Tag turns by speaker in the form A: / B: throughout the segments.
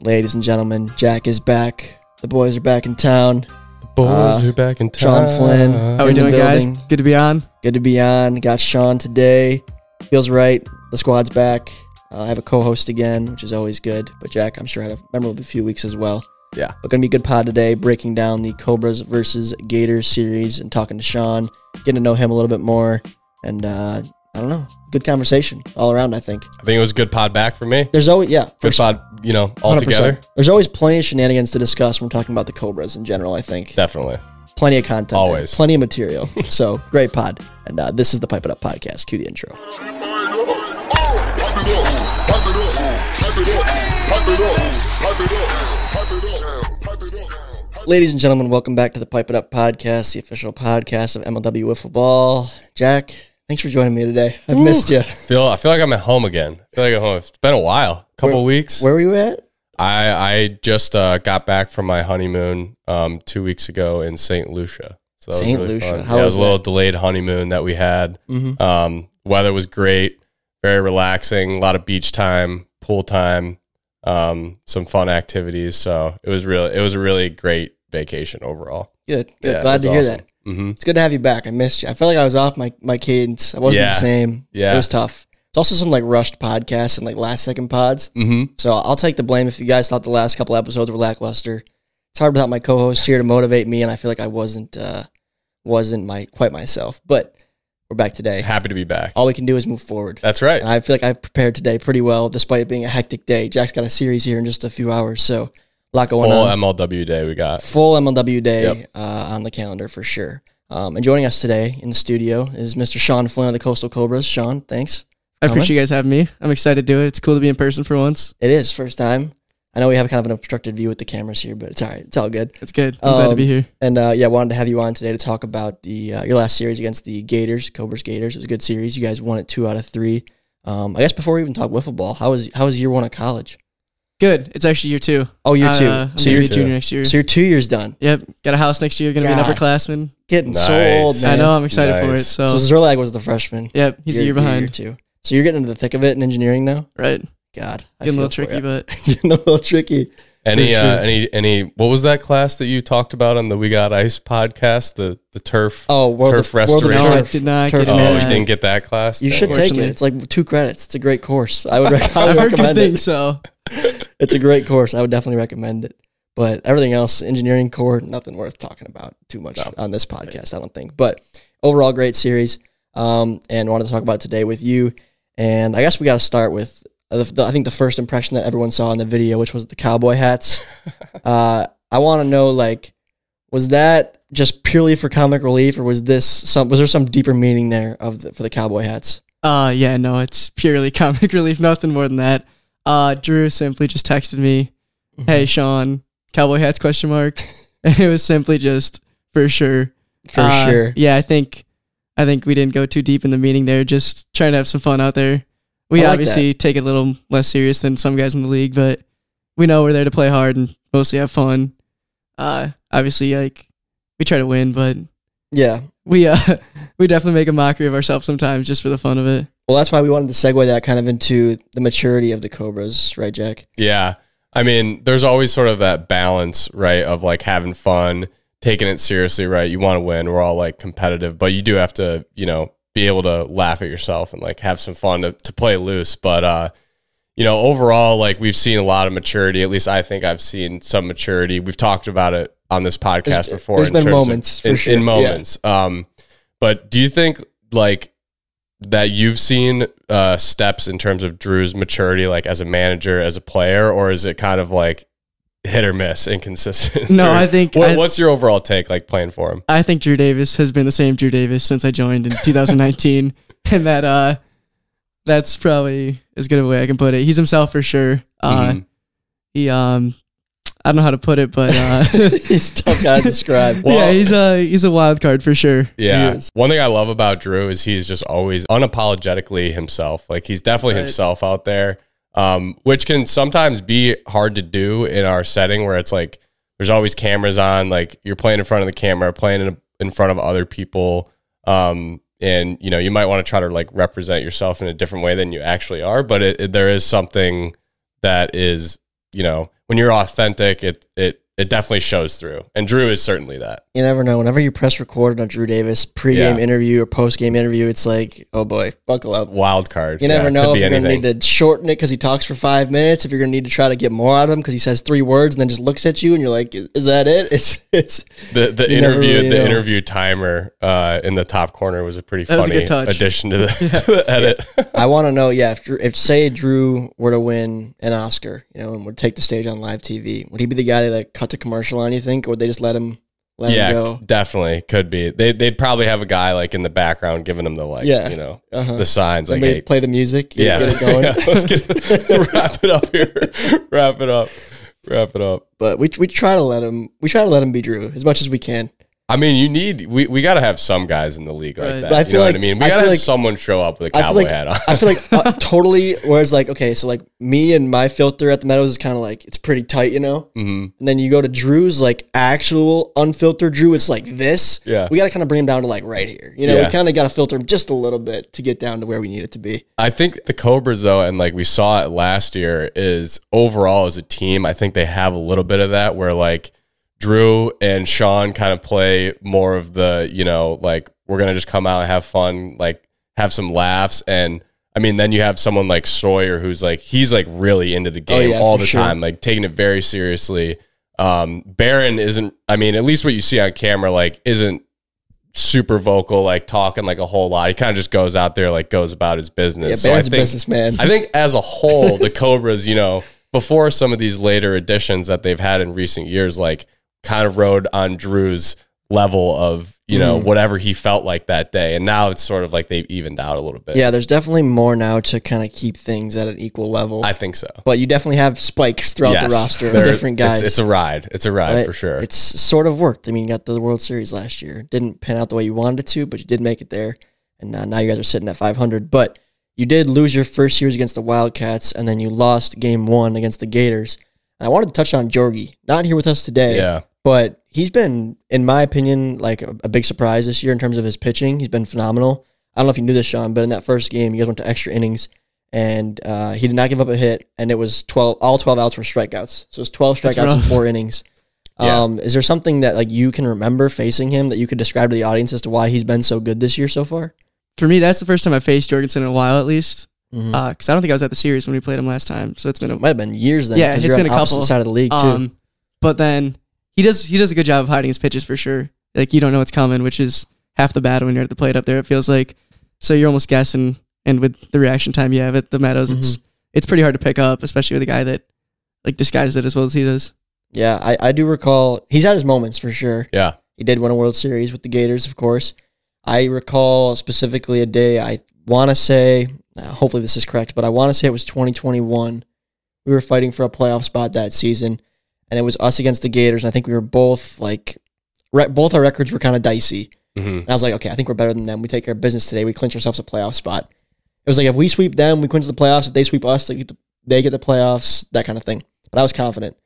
A: Ladies and gentlemen, Jack is back. The boys are back in town.
B: Boys
A: Uh,
B: are back in
A: Sean
B: town.
A: Flynn.
C: How we
A: In the
C: doing, guys?
A: building.
C: Good to be on.
A: Good to be on. Got Sean today. Feels right. The squad's back. Uh, I have a co-host again, which is always good. But Jack, I'm sure had a memorable few weeks as well.
C: Yeah.
A: But gonna be a good pod today, breaking down the Cobras versus Gators series and talking to Sean, getting to know him a little bit more, and uh, I don't know, good conversation all around. I think
B: I think it was a good pod back for me.
A: there's always yeah, for
B: Good pod, you know, all together.
A: There's always plenty of shenanigans to discuss when we're talking about the Cobras in general, I think.
B: Definitely.
A: Plenty of content.
B: Always.
A: Plenty of material. so, great pod. And uh, this is the Pipe It Up podcast. Cue the intro. Ladies and gentlemen, welcome back to the Pipe It Up podcast, the official podcast of MLW Wiffle Ball. Jack, thanks for joining me today. I've missed you.
B: Feel I feel like I'm at home again. I feel like I'm home. It's been a while. A couple weeks.
A: Where were you at?
B: I I just uh, got back from my honeymoon um, two weeks ago in Saint Lucia. So that was
A: St.
B: really
A: Lucia.
B: fun.
A: How
B: yeah, it
A: was
B: was a little delayed honeymoon that we had. Um, weather was great, very relaxing. A lot of beach time, pool time, um, some fun activities. So it was real. It was a really great vacation overall.
A: Good. Good. Glad to hear that.
B: hmm
A: It's good to have you back. I missed you. I felt like I was off my, my cadence. I wasn't
B: Yeah.
A: the same.
B: Yeah.
A: It was tough. It's also some like rushed podcasts and like last second pods.
B: hmm
A: So I'll take the blame if you guys thought the last couple episodes were lackluster. It's hard without my co-host here to motivate me, and I feel like I wasn't uh, wasn't my quite myself. But we're back today.
B: Happy to be back.
A: All we can do is move forward.
B: That's right.
A: And Oh, I feel like I've prepared today pretty well, despite it being a hectic day. Jack's got a series here in just a few hours, so a lot going
B: Full
A: on
B: MLW day we got.
A: full MLW day
B: Yep.
A: uh, on the calendar for sure. Um, and joining us today in the studio is Mr. Sean Flynn of the Coastal Cobras. Sean, thanks.
C: I
A: Coming.
C: appreciate you guys having me. I'm excited to do it. It's cool to be in person for once.
A: It is first time. I know we have kind of an obstructed view with the cameras here, but it's all right. It's all good.
C: It's good. I'm glad
A: Um,
C: to be here.
A: And uh, yeah, I wanted to have you on today to talk about the uh, your last series against the Gators, Cobras Gators. It was a good series. You guys won it two out of three. Um, I guess before we even talk wiffle ball, how was how was year one of college?
C: Good. It's actually year two.
A: Oh, year two.
C: Uh, I'm
A: so
C: gonna
A: you're
C: be a
B: two.
C: junior next year.
A: so you're two years done.
C: Yep. Got a house next year. Gonna be an
A: God.
C: upperclassman.
A: Getting so
B: Nice.
A: old, man.
C: I know. I'm excited for it.
B: Nice.
C: So,
A: So Zerlag was the freshman.
C: yep. He's a
A: You're- you're
C: year behind.
A: two. So you're getting into the thick of it in engineering now.
C: Right.
A: God, I
C: Getting
A: feel
C: a little
A: for
C: tricky,
A: ya.
C: but
A: Getting a little tricky.
B: Any
C: For
B: uh,
C: sure.
B: any any what was that class that you talked about on the We Got Ice podcast? The the turf.
A: Oh, world
B: Turf
A: of, world of
B: restoration.
C: no, I
A: turf.
C: did not
A: Turf
C: get
A: man.
B: oh, you
A: yeah.
C: that.
B: didn't get that class.
A: You
B: That
A: should
B: was-
A: take it.
C: Unfortunately.
A: It's like two credits. It's a great course. I would, rec- I would
C: I've heard good
A: recommend it.
C: things. So
A: It's a great course. I would definitely recommend it. But everything else, engineering core, nothing worth talking about too much
B: No.
A: on this podcast, I don't think. But overall, great series. Um, and wanted to talk about it today with you. And I guess we got to start with, uh, the, the, I think, the first impression that everyone saw in the video, which was the cowboy hats. uh, I want to know, like, was that just purely for comic relief, or was this some? Was there some deeper meaning there of the, for the cowboy hats?
C: Uh, yeah, no, it's purely comic relief, nothing more than that. Uh, Drew simply just texted me,
A: Mm-hmm.
C: "Hey, Sean, cowboy hats?" question mark, and it was simply just for sure.
A: For
C: Uh,
A: sure.
C: Yeah, I think, I think we didn't go too deep in the meeting there. Just trying to have some fun out there. We
A: I like
C: obviously take it a little less serious than some guys in the league, but we know we're there to play hard and mostly have fun. Uh, obviously, like we try to win, but
A: Yeah.
C: we uh, we definitely make a mockery of ourselves sometimes just for the fun of it.
A: Well, that's why we wanted to segue that kind of into the maturity of the Cobras, right, Jack?
B: Yeah. I mean, there's always sort of that balance, right, of like having fun, taking it seriously, right? You want to win. We're all like competitive, but you do have to, you know, be able to laugh at yourself and like have some fun to, to play loose. But, uh, you know, overall, like we've seen a lot of maturity. At least I think I've seen some maturity. We've talked about it on this podcast
A: There's-
B: before.
A: there's
B: in
A: been
B: terms of-
A: moments, for
B: in,
A: sure.
B: in
A: Yeah.
B: moments. Um, but do you think like that you've seen uh, steps in terms of Drew's maturity, like as a manager, as a player, or is it kind of like hit or miss, inconsistent?
C: No,
B: Or
C: I think
B: what,
C: I-
B: what's your overall take, like playing for him?
C: I think Drew Davis has been the same Drew Davis since I joined in 2019, and that uh, that's probably as good of a way I can put it. He's himself for sure. Uh,
B: Mhm.
C: He um, I don't know how to put it, but uh,
A: He's a tough guy to describe.
B: Well-
C: yeah, he's a he's a wild card for sure.
B: Yeah.
A: He is.
B: One thing I love about Drew is he's just always unapologetically himself. Like he's definitely
C: Right.
B: himself out there, um, which can sometimes be hard to do in our setting where it's like there's always cameras on. Like you're playing in front of the camera, playing in, in front of other people. Um, and you know you might want to try to like represent yourself in a different way than you actually are, but it, it- there is something that is you know, when you're authentic, it it it definitely shows through. And Drew is certainly that.
A: You never know. Whenever you press record on a Drew Davis pregame
B: Yeah.
A: interview or postgame interview, it's like, oh boy, buckle up.
B: Wild card.
A: You
B: Yeah,
A: never
B: could
A: know if
B: be
A: you're going to
B: anything.
A: need to shorten it because he talks for five minutes. If you're going to need to try to get more out of him because he says three words and then just looks at you and you're like, is, is that it? It's it's
B: The the
A: You never
B: interview
A: really
B: the
A: know.
B: interview timer uh, in the top corner was a pretty
C: That was a
B: funny
C: good touch.
B: addition to the, to the edit.
A: I want to know, yeah, if, Drew, if say Drew were to win an Oscar, you know, and would take the stage on live TV, would he be the guy that like, cut the commercial on? You think, or would they just let him let
B: yeah,
A: him go?
B: definitely could be. They they'd probably have a guy like in the background giving them the like,
A: Yeah.
B: you know,
A: Uh-huh.
B: the signs like,
A: Somebody
B: hey,
A: play the music, you
B: yeah,
A: get it going.
B: Yeah, let's get wrap it up here, wrap it up, wrap it up.
A: But we we try to let him we try to let him be Drew as much as we can.
B: I mean, you need we, we got to have some guys in the league like
C: Right.
B: that.
A: But I
B: you
A: feel
B: know
A: like-
B: what I mean? We
A: I
B: got
A: feel
B: to have
A: like-
B: someone show up with a
A: I feel
B: cowboy
A: like-
B: hat on.
A: I feel like uh, totally. Whereas like okay, so like me and my filter at the Meadows is kind of like it's pretty tight, you know.
B: hmm
A: And then you go to Drew's like actual unfiltered Drew. It's like this.
B: Yeah.
A: we got to kind of bring him down to like right here. You know,
B: Yeah.
A: we kind of got to filter him just a little bit to get down to where we need it to be.
B: I think the Cobras though, and like we saw it last year, is overall as a team, I think they have a little bit of that where like Drew and Sean kind of play more of the, you know, like we're gonna just come out and have fun, like have some laughs and I mean, then you have someone like Sawyer who's like he's like really into the game
A: Oh, yeah,
B: all
A: for
B: the
A: sure.
B: time, like taking it very seriously. Um, Baron isn't I mean, at least what you see on camera, like isn't super vocal, like talking like a whole lot. He kind of just goes out there, like goes about his business.
A: Yeah,
B: So I
A: Baron's
B: think
A: a businessman.
B: I think as a whole, the Cobras, you know, before some of these later additions that they've had in recent years, like kind of rode on Drew's level of you know
A: Mhm.
B: whatever he felt like that day, and now it's sort of like they've evened out a little bit.
A: yeah, there's definitely more now to kind of keep things at an equal level.
B: I think so.
A: but you definitely have spikes throughout
B: Yes.
A: the roster of
B: There-
A: different
B: it's-
A: guys.
B: It's, a ride. It's a ride
A: But
B: for sure.
A: It's sort of worked. I mean, you got the World Series last year. Didn't pan out the way you wanted it to, but you did make it there. And uh, now you guys are sitting at 500. But you did lose your first series against the Wildcats, and then you lost game one against the Gators. I wanted to touch on Jorgie. Not here with us today,
B: yeah,
A: but he's been, in my opinion, like a, a big surprise this year in terms of his pitching. He's been phenomenal. I don't know if you knew this, Sean, but in that first game, you guys went to extra innings, and uh, he did not give up a hit, and it was twelve. All twelve outs were strikeouts, so it was twelve
C: That's
A: strikeouts in
C: rough.
A: four innings.
B: Yeah.
A: Um, is there something that like you can remember facing him that you could describe to the audience as to why he's been so good this year so far?
C: For me, that's the first time I faced Jorgensen in a while, at least,
A: Mhm.
C: because I don't think I was at the series when we played him last time. So it's been a
A: It might have been years then.
C: Yeah,
A: 'cause
C: it's
A: you're on
C: been a
A: the opposite
C: couple.
A: side of the league too.
C: Um, but then he does he does a good job of hiding his pitches for sure. Like you don't know what's coming, which is half the battle when you're at the plate up there. It feels like so you're almost guessing, and with the reaction time you have at the Meadows, it's it's pretty hard to pick up, especially with a guy that like disguises it as well as he does.
A: yeah, I, I do recall he's had his moments for sure.
B: yeah.
A: He did win a World Series with the Gators, of course. I recall specifically a day I want to say, uh, hopefully this is correct, but I want to say it was 2021. We were fighting for a playoff spot that season, and it was us against the Gators. And I think we were both like, re- both our records were kind of dicey.
B: Mhm.
A: And I was like, okay, I think we're better than them. We take care of business today. We clinch ourselves a playoff spot. It was like if we sweep them, we clinch the playoffs. If they sweep us, they get the, they get the playoffs. That kind of thing. But I was confident,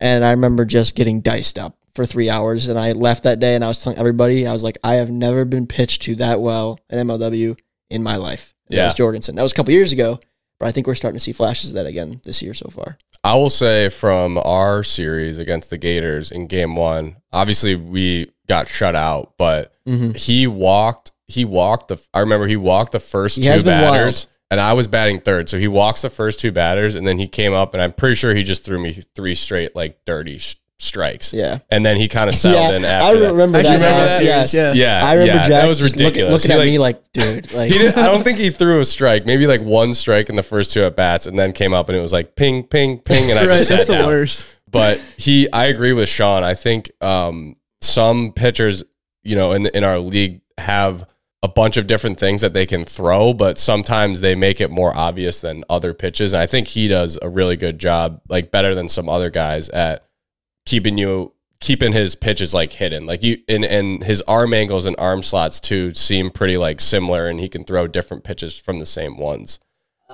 A: and I remember just getting diced up for three hours. And I left that day, and I was telling everybody, I was like, I have never been pitched to that well in MLW in my life. And That
B: Yeah.
A: was Jorgensen. That was a couple years ago, but I think we're starting to see flashes of that again this year so far.
B: I will say from our series against the Gators in game one, obviously we got shut out, but
A: Mm-hmm.
B: he walked he walked the I remember he walked the first
A: He
B: two
A: has been
B: batters and I was batting third. So he walks the first two batters and then he came up and I'm pretty sure he just threw me three straight like dirty sh- strikes.
A: Yeah,
B: And then he kind of settled in
A: I
B: after that.
A: remember
C: I
A: that.
C: actually remember
A: now,
C: that
A: yes.
C: series, yeah.
B: Yeah.
A: I remember
B: yeah,
A: Jack
B: that was
A: just look-
B: ridiculous.
A: looking
B: He,
A: at
B: like-
A: me like, dude, like
B: he didn't, I don't think he threw a strike. Maybe like one strike in the first two at bats, and then came up and it was like ping, ping, ping, and I
C: right,
B: just sat
C: that's the
B: down
C: worst.
B: but he I agree with Sean. I think um, some pitchers, you know, in in our league have a bunch of different things that they can throw, but sometimes they make it more obvious than other pitches. And I think he does a really good job, like better than some other guys at keeping you keeping his pitches like hidden. Like you and and his arm angles and arm slots too seem pretty like similar and he can throw different pitches from the same ones.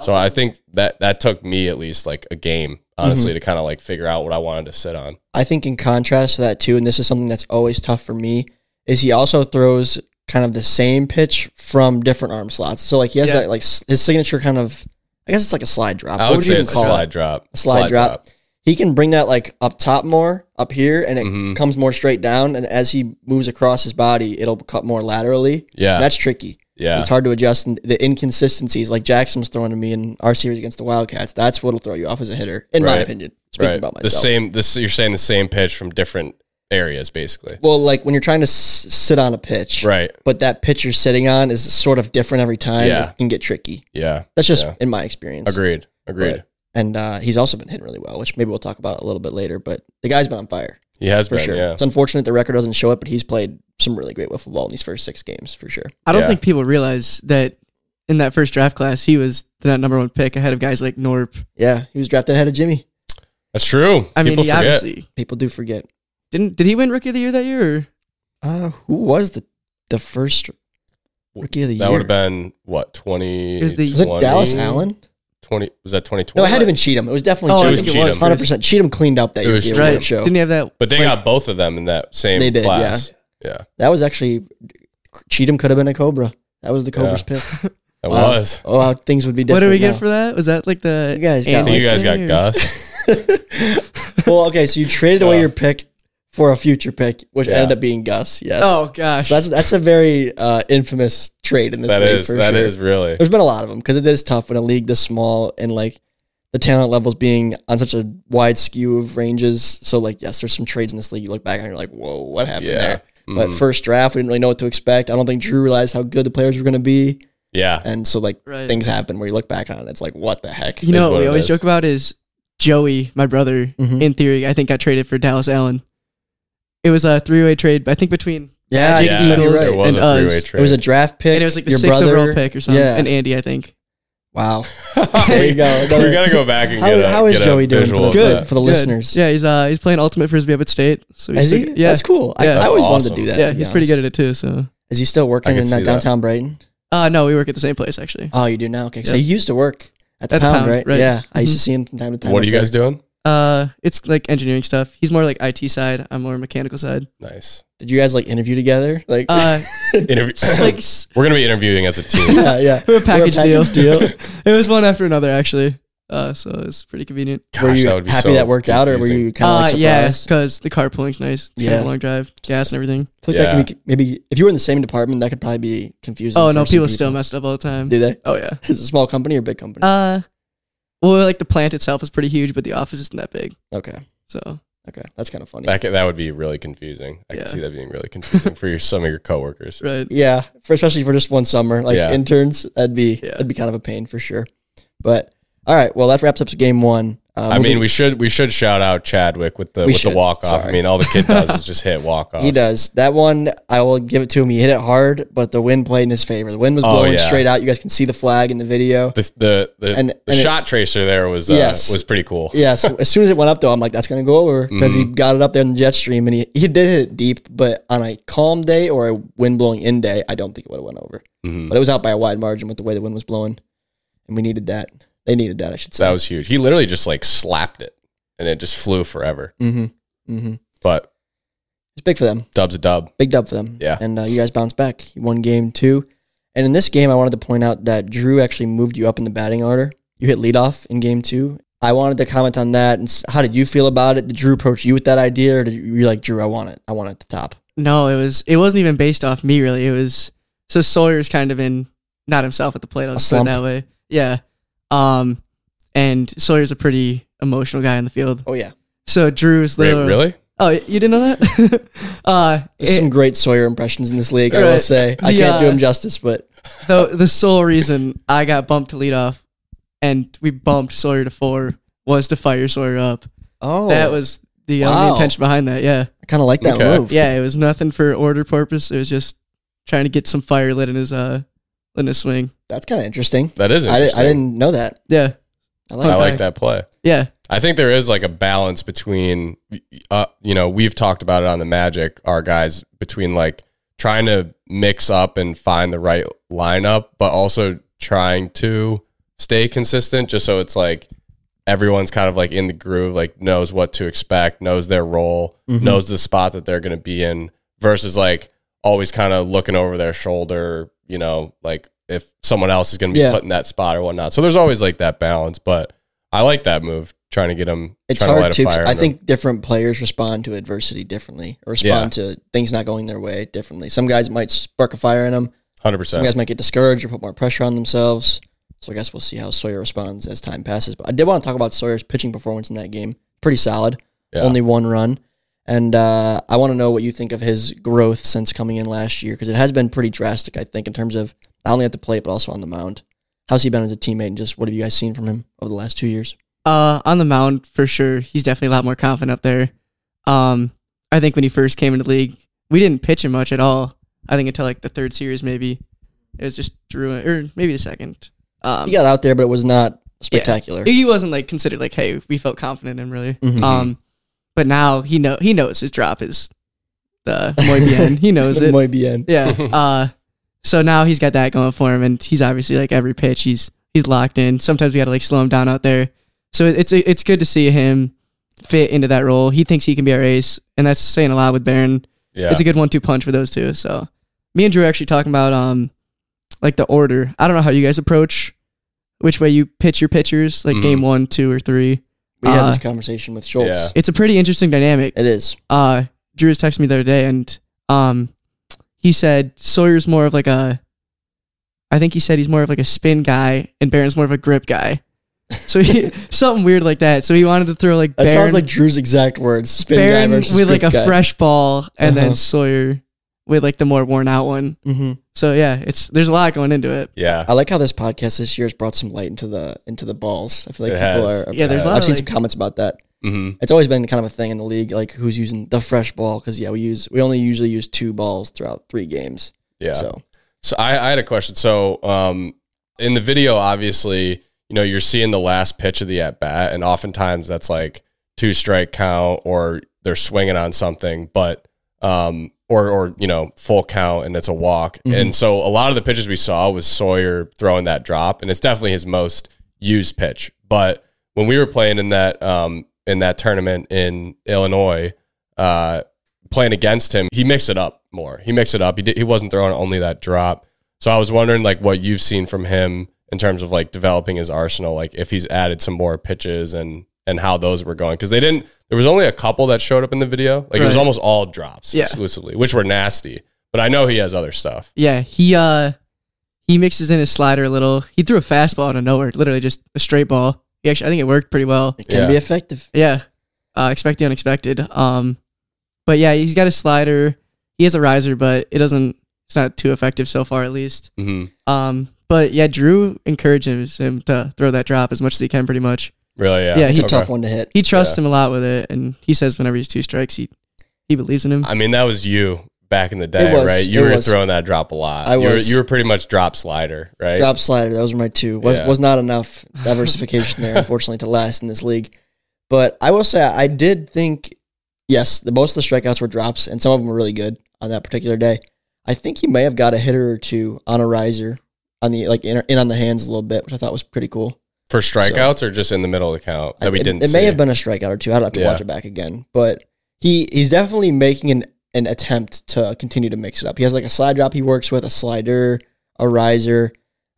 B: So I think that that took me at least like a game, honestly, to kind of like figure out what I wanted to sit on.
A: I think in contrast to that too, and this is something that's always tough for me, is he also throws kind of the same pitch from different arm slots. So like he has
C: Yeah.
A: that like s- his signature kind of, I guess it's like a slide drop.
B: I
A: Uh, What
B: would say
A: you even
B: it's a
A: call it?
B: slide drop.
A: A slide drop. he can bring that like up top more up here, and it
B: Mhm.
A: comes more straight down. And as he moves across his body, it'll cut more laterally.
B: Yeah.
A: That's tricky.
B: yeah.
A: It's hard to adjust and the inconsistencies. Like Jackson was throwing to me in our series against the Wildcats. That's what'll throw you off as a hitter, in my
B: Right.
A: opinion. Speaking
B: right.
A: about
B: the
A: myself.
B: same. This you're saying the same pitch from different areas, basically.
A: Well, like when you're trying to s- sit on a pitch,
B: Right.
A: but that pitch you're sitting on is sort of different every time.
B: Yeah.
A: It can get tricky.
B: Yeah.
A: That's just
B: Yeah.
A: in my experience.
B: Agreed. Agreed.
A: But- And uh, he's also been hitting really well, which maybe we'll talk about a little bit later. But the guy's been on fire
B: he has
A: for
B: been.
A: sure.
B: Yeah.
A: It's unfortunate the record doesn't show it, but he's played some really great wiffle ball in these first six games for sure.
C: I don't
B: Yeah.
C: think people realize that in that first draft class, he was that number one pick ahead of guys like Norp.
A: Yeah, he was drafted ahead of Jimmy.
B: That's true.
C: I mean,
B: People
C: he
B: forget.
C: obviously
A: People do forget.
C: didn't. Did he win Rookie of the Year that year? Or?
A: Uh, who was the the first rookie of the
B: That
A: year?
B: would have been what twenty.
C: was the-
A: was it Dallas Allen?
B: Twenty. Was that twenty twenty?
A: No, it had to have been Cheatham. It was definitely
C: Oh, I
B: It was
A: Cheatham.
C: think it was
B: Cheatham.
A: Hundred percent. Cheatham cleaned up that
B: It
A: year.
B: was
A: the
B: Cheatham.
A: award
C: Right.
A: show.
C: Didn't he have that?
B: But they got both of them in that same
A: They did,
B: class. Yeah.
A: That was actually Cheatham could have been a Cobra. That was the Cobra's pick.
B: It
A: Wow.
B: was.
A: Oh, how things would be
C: What
A: different.
C: did we get for that? Was that like the
A: You guys got
B: I think
A: like
B: you guys got
C: guts.
B: Gus.
A: for? well, okay, so you traded away
B: Yeah.
A: your pick for a future pick, which
B: Yeah.
A: ended up being Gus. Yes.
C: Oh gosh,
A: so that's that's a very uh, infamous trade in this
B: That
A: league
B: is.
A: for
B: That
A: sure.
B: is really.
A: There's been a lot of them because it is tough in a league this small and like the talent levels being on such a wide skew of ranges. So like, yes, there's some trades in this league. You look back and you're like, whoa, what happened
B: Yeah.
A: there? But
B: Mhm.
A: first draft, we didn't really know what to expect. I don't think Drew realized how good the players were going to be,
B: Yeah.
A: and so like
C: right.
A: things happen where you look back on it. It's like, what the heck?
C: You
B: is
C: know
B: what
C: what we
B: it
C: always
B: is.
C: joke about is Joey, my brother.
A: Mhm.
C: In theory, I think got traded for Dallas Allen. It was a three way trade, I think between
A: Yeah,
C: Magic
A: yeah, you're
C: Eagles
A: right.
B: There was
C: and
B: a three-way
C: us.
B: trade.
A: It was a draft pick.
C: and it was like the
A: your
C: sixth
A: brother.
C: overall pick or something.
A: Yeah.
C: And Andy, I think.
A: Wow.
B: there
A: you go.
B: we gotta go back and
A: How-
B: get a,
A: how is
B: get a
A: Joey doing for
B: visual
A: the-
B: of
A: Good.
B: that.
A: for the
C: Good.
A: listeners.
C: Yeah, he's uh he's playing ultimate frisbee up at state. So he's
A: Is he?
C: still- Yeah,
A: That's cool. I,
C: Yeah.
A: I
B: That's
A: always
B: awesome.
A: wanted to do that.
C: yeah,
A: to be
C: he's pretty
A: honest.
C: good at it too. So
A: Is he still
B: I
A: working
B: can
A: in
B: see
A: uh,
B: that.
A: downtown Brighton?
C: uh no, we work at the same place actually.
A: Oh, you do now. Okay, so
C: Yeah.
A: he used to work at the,
C: At the
A: pound,
C: Pound,
A: right?
C: right.
A: Yeah, I used to see him from time to time.
B: What
A: up
B: are you guys
A: there.
B: doing?
C: Uh it's like engineering stuff. He's more like IT side, I'm more mechanical side.
B: Nice.
A: Did you guys like interview together? Like,
C: Uh
B: Interview.
C: it's like s-
B: We're gonna be interviewing as a team.
A: yeah, yeah.
C: we're a package,
A: package
C: deal.
A: deal.
C: it was one after another actually. Uh so it was pretty convenient.
B: Gosh,
A: were you
B: that would be
A: happy
B: so
A: that worked out, or were
B: confusing.
A: you kind of
C: uh
A: like
C: yeah,
A: surprised?
C: because the carpooling's nice. It's kind
A: Yeah.
C: of a long drive, gas and everything.
A: I feel like that could be, maybe if you were in the same department, that could probably be confusing.
C: Oh
A: for
C: no,
A: some
C: people still mess it up all the time.
A: do they?
C: Oh yeah.
A: Is it a small company or big company?
C: Uh well like the plant itself is pretty huge, but the office isn't that big.
A: okay,
C: So
A: okay, that's kind of funny.
B: That could, that would be really confusing. I
C: Yeah.
B: can see that being really confusing for your, some of your coworkers.
C: right.
A: Yeah, for especially for just one summer, like
B: Yeah.
A: interns, that'd be
C: Yeah.
A: that'd be kind of a pain for sure. But all right, well that wraps up game one. Uh,
B: I
A: moving-
B: mean, we should we should shout out Chadwick with the
A: We
B: with
A: should.
B: the walk off. I
A: Sorry.
B: mean, all the kid does is just hit walk off.
A: he does that one. I will give it to him. He hit it hard, but the wind played in his favor. The wind was
B: Oh,
A: blowing
B: yeah.
A: straight out. You guys can see the flag in the video.
B: The the the,
A: And-
B: the
A: and it-
B: shot tracer there was uh,
A: Yes.
B: was pretty cool.
A: Yeah, so as soon as it went up though, I'm like, that's gonna go over because
B: Mm-hmm.
A: he got it up there in the jet stream, and he, he did hit it deep. But on a calm day or a wind blowing in day, I don't think it would have went over.
B: Mhm.
A: But it was out by a wide margin with the way the wind was blowing, and we needed that. They needed that, I should say.
B: That was huge. He literally just like slapped it, and it just flew forever.
A: mm-hmm. Mm-hmm.
B: But
A: It's big for them.
B: dub's a dub.
A: big dub for them.
B: Yeah.
A: And uh, you guys bounced back. You won game two. And in this game, I wanted to point out that Drew actually moved you up in the batting order. You hit leadoff in game two. I wanted to comment on that. And s- how did you feel about it? Did Drew approach you with that idea, or did you, you're like, Drew, I want it. I want it at the top.
C: No, it was it wasn't even based off me really. It was so Sawyer's kind of in not himself at the plate. I'll
A: A
C: just put it
A: slump.
C: that way. Yeah. Um, and Sawyer's a pretty emotional guy in the field.
A: Oh yeah,
C: So Drew is
B: Wait,
C: literally
B: really?
C: Oh, you didn't know that? uh,
A: there's
C: it-
A: some great Sawyer impressions in this league. I will
C: Right.
A: say I
C: The,
A: can't do
C: uh,
A: him justice, but
C: the the sole reason I got bumped to lead off, and we bumped Sawyer to four was to fire Sawyer up.
A: oh,
C: that was the
A: Wow.
C: only intention behind that. Yeah.
A: I kind of like that
B: Okay.
A: move.
C: Yeah, it was nothing for order purpose. It was just trying to get some fire lit in his uh lit in his swing.
A: that's kind of interesting.
B: That is
A: I, di-
B: interesting.
A: I didn't know that.
C: Yeah.
A: I
B: I
A: like
B: like
C: Okay.
B: that play.
C: Yeah.
B: I think there is like a balance between, uh, you know, we've talked about it on the Magic, our guys, between like trying to mix up and find the right lineup, but also trying to stay consistent just so it's like everyone's kind of like in the groove, like knows what to expect, knows their role,
A: Mhm.
B: knows the spot that they're going to be in versus like always kind of looking over their shoulder, you know, like if someone else is going to be
A: Yeah.
B: put in that spot or whatnot. So there's always like that balance, but I like that move. trying to get them.
A: It's
B: trying
A: hard to. I
B: fire in them.
A: think different players respond to adversity differently, or respond to things not going their way differently. Some guys might spark a fire in them. Some
B: hundred percent.
A: guys might get discouraged or put more pressure on themselves. So I guess we'll see how Sawyer responds as time passes. But I did want to talk about Sawyer's pitching performance in that game. Pretty solid.
B: Yeah.
A: Only one run. And uh, I want to know what you think of his growth since coming in last year because it has been pretty drastic, I think, in terms of not only at the plate but also on the mound. How's he been as a teammate, and just what have you guys seen from him over the last two years?
C: Uh, on the mound for sure. He's definitely a lot more confident up there. Um, I think when he first came into the league, we didn't pitch him much at all. I think until like the third series, maybe it was just Drew or maybe the second. Um,
A: He got out there, but it was not spectacular.
C: he wasn't like considered like, hey, we felt confident in him really.
A: Mhm.
C: Um, but now he know he knows his drop is the muy bien. he knows it.
A: Muy bien.
C: Yeah. Uh, so now he's got that going for him, and he's obviously like every pitch he's he's locked in. Sometimes we got to like slow him down out there. So it- it's it's good to see him fit into that role. He thinks he can be our ace, and that's saying a lot with Barron.
B: Yeah,
C: It's a good one-two punch for those two. So me and Drew are actually talking about um like the order. I don't know how you guys approach which way you pitch your pitchers, like
A: Mm-hmm.
B: Mhm.
C: game one, two, or three.
A: We had
C: Uh,
A: this conversation with Schultz.
B: yeah.
C: It's a pretty interesting dynamic
A: It is.
C: uh Drew was texting me the other day and um he said Sawyer's more of like a I think he said he's more of like a spin guy and Barron's more of a grip guy. So he something weird like that. So he wanted to throw like
A: That
C: Barron,
A: sounds like Drew's exact words. Spin guy
C: Barron
A: versus
C: with like a
A: grip guy.
C: fresh ball and
A: Uh-huh.
C: then Sawyer with like the more worn out one.
A: Mhm.
C: So yeah, it's there's a lot going into it.
B: yeah.
A: I like how this podcast this year has brought some light into the into the balls. I feel like
B: It
A: people
B: has.
A: are, are-
C: Yeah, there's a lot
A: I've
C: of,
A: seen
C: like-
A: some comments about that.
B: Mhm.
A: It's always been kind of a thing in the league, like who's using the fresh ball because yeah, we use we only usually use two balls throughout three games.
B: Yeah. So,
A: So
B: I, I had a question. So um, in the video, obviously, you know, you're seeing the last pitch of the at bat, and oftentimes that's like two strike count or they're swinging on something, but um, or or you know, full count and it's a walk.
A: Mhm.
B: And so a lot of the pitches we saw was Sawyer throwing that drop, and it's definitely his most used pitch. But when we were playing in that um, in that tournament in Illinois, uh, playing against him, he mixed it up more. He mixed it up. He did, he wasn't throwing only that drop. So I was wondering like what you've seen from him in terms of like developing his arsenal, like if he's added some more pitches and and how those were going because they didn't. There was only a couple that showed up in the video. Like it was
C: Right.
B: almost all drops
C: Yeah.
B: exclusively, which were nasty. But I know he has other stuff.
C: Yeah, he uh he mixes in his slider a little. He threw a fastball out of nowhere, literally just a straight ball. He actually I think it worked pretty well.
A: it can
B: Yeah.
A: be effective.
C: Yeah. Uh, expect the unexpected. Um, but yeah, he's got a slider. He has a riser, but it doesn't. It's not too effective so far, at least.
B: Mm-hmm.
C: Um, but yeah, Drew encourages him to throw that drop as much as he can, pretty much.
B: Really? Yeah.
C: Yeah,
A: It's
C: he-
A: a tough one to hit.
C: He trusts him a lot with it, and he says whenever he's two strikes, he he believes in him.
B: I mean, that was you back in the day,
A: was,
B: right? You
A: it
B: were
A: was.
B: throwing that drop a lot.
A: I
B: you were,
A: was.
B: you were pretty much drop slider, right?
A: Drop slider. Those were my two. Was
B: Yeah.
A: was not enough diversification there, unfortunately, to last in this league. But I will say I did think yes, the most of the strikeouts were drops, and some of them were really good on that particular day. I think he may have got a hitter or two on a riser on the like in, in on the hands a little bit, which I thought was pretty cool.
B: For strikeouts or just in the middle of the count that we
A: it,
B: didn't
A: It may
B: see?
A: have been a strikeout or two. I'd have to
B: Yeah.
A: watch it back again. But he he's definitely making an an attempt to continue to mix it up. He has like a slide drop he works with, a slider, a riser.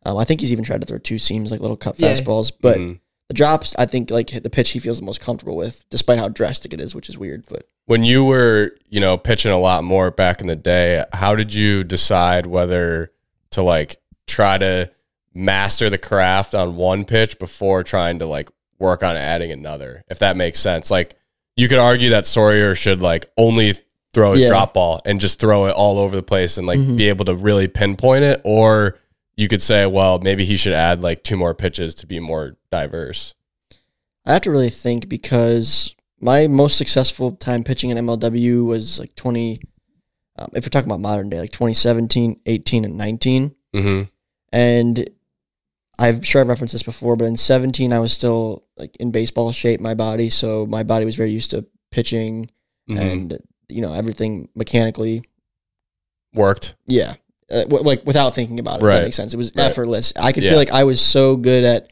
A: Um, I think he's even tried to throw two seams, like little cut
C: Yeah.
A: fastballs. But
B: Mhm.
A: the drops, I think, like hit the pitch he feels the most comfortable with, despite how drastic it is, which is weird. But
B: when you were, you know, pitching a lot more back in the day, how did you decide whether to like try to master the craft on one pitch before trying to like work on adding another? If that makes sense. Like you could argue that Sawyer should like only throw his
A: Yeah.
B: drop ball and just throw it all over the place and like
A: Mhm.
B: be able to really pinpoint it or you could say, well, maybe he should add like two more pitches to be more diverse.
A: I have to really think because my most successful time pitching in MLW was like 20, um, if we're talking about modern day, like 2017, 18, and 19.
B: Mm-hmm.
A: and I'm sure I've referenced this before, but in 17 I was still like in baseball shape, my body, so my body was very used to pitching
B: Mm-hmm.
A: and you know everything mechanically.
B: Worked.
A: Yeah, uh, w- like without thinking about it, if
B: Right.
A: that makes sense. It was
B: Right.
A: effortless. I could
B: Yeah.
A: feel like I was so good at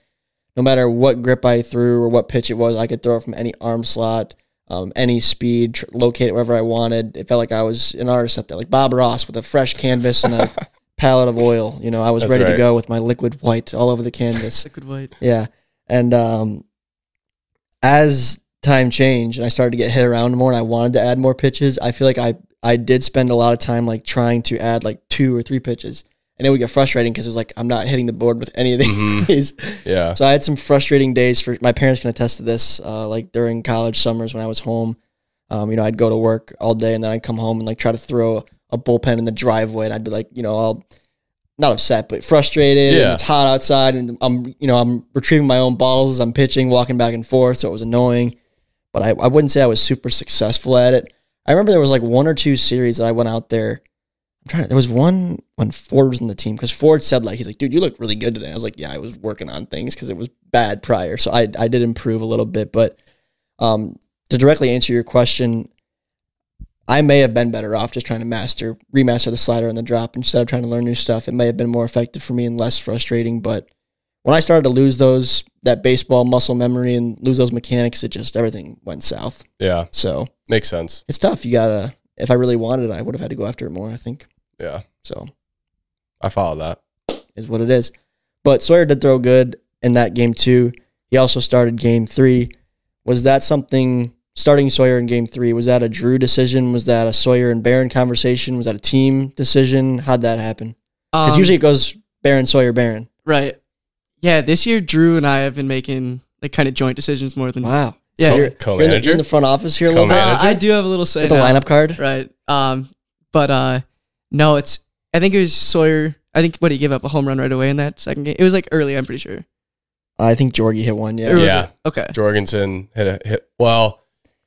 A: no matter what grip I threw or what pitch it was, I could throw it from any arm slot. Um, any speed, tr- locate it wherever I wanted. It felt like I was an artist up there, like Bob Ross with a fresh canvas and a palette of oil. You know, I was
B: That's
A: ready
B: right.
A: to go with my liquid white all over the canvas.
C: Liquid white.
A: Yeah. And um as time changed and I started to get hit around more and I wanted to add more pitches, I feel like I I did spend a lot of time like trying to add like two or three pitches. And it would get frustrating because it was like I'm not hitting the board with any of these.
B: Yeah.
A: So I had some frustrating days for my parents can attest to this. Uh, like during college summers when I was home, um, you know, I'd go to work all day and then I'd come home and like try to throw a bullpen in the driveway and I'd be like, you know, all not upset but frustrated.
B: Yeah.
A: And it's hot outside and I'm, you know, I'm retrieving my own balls as I'm pitching, walking back and forth. So it was annoying, but I, I wouldn't say I was super successful at it. I remember there was like one or two series that I went out there. I'm trying. To, there was one when Ford was on the team because Ford said like he's like, dude, you look really good today. I was like, yeah, I was working on things because it was bad prior, so I I did improve a little bit. But um, to directly answer your question, I may have been better off just trying to master remaster the slider and the drop instead of trying to learn new stuff. It may have been more effective for me and less frustrating. But when I started to lose those that baseball muscle memory and lose those mechanics, it just everything went south.
B: Yeah.
A: So
B: Makes sense.
A: it's tough. You gotta. If I really wanted, it, I would have had to go after it more. I think
B: Yeah.
A: so.
B: I follow that.
A: Is what it is. But Sawyer did throw good in that game too. He also started game three. Was that something starting Sawyer in game three? Was that a Drew decision? Was that a Sawyer and Barron conversation? Was that a team decision? How'd that happen? Because
C: Um,
A: usually it goes Barron, Sawyer, Barron.
C: right. Yeah, this year Drew and I have been making like kind of joint decisions more than.
A: Wow.
C: Yeah.
A: So you're, you're in the,
B: Co-manager?
A: you're in the front office here a little bit
C: Uh,
B: manager?
C: I do have a little say
A: with the
C: now.
A: lineup card.
C: right? Um, but uh, no, it's I think it was Sawyer. I think what he gave up a home run right away in that second game. It was like early. I'm pretty sure.
A: I think Jorgie hit one.
C: Or
A: Yeah.
C: was
B: Yeah.
C: it- Okay.
B: Jorgensen hit a hit. Well,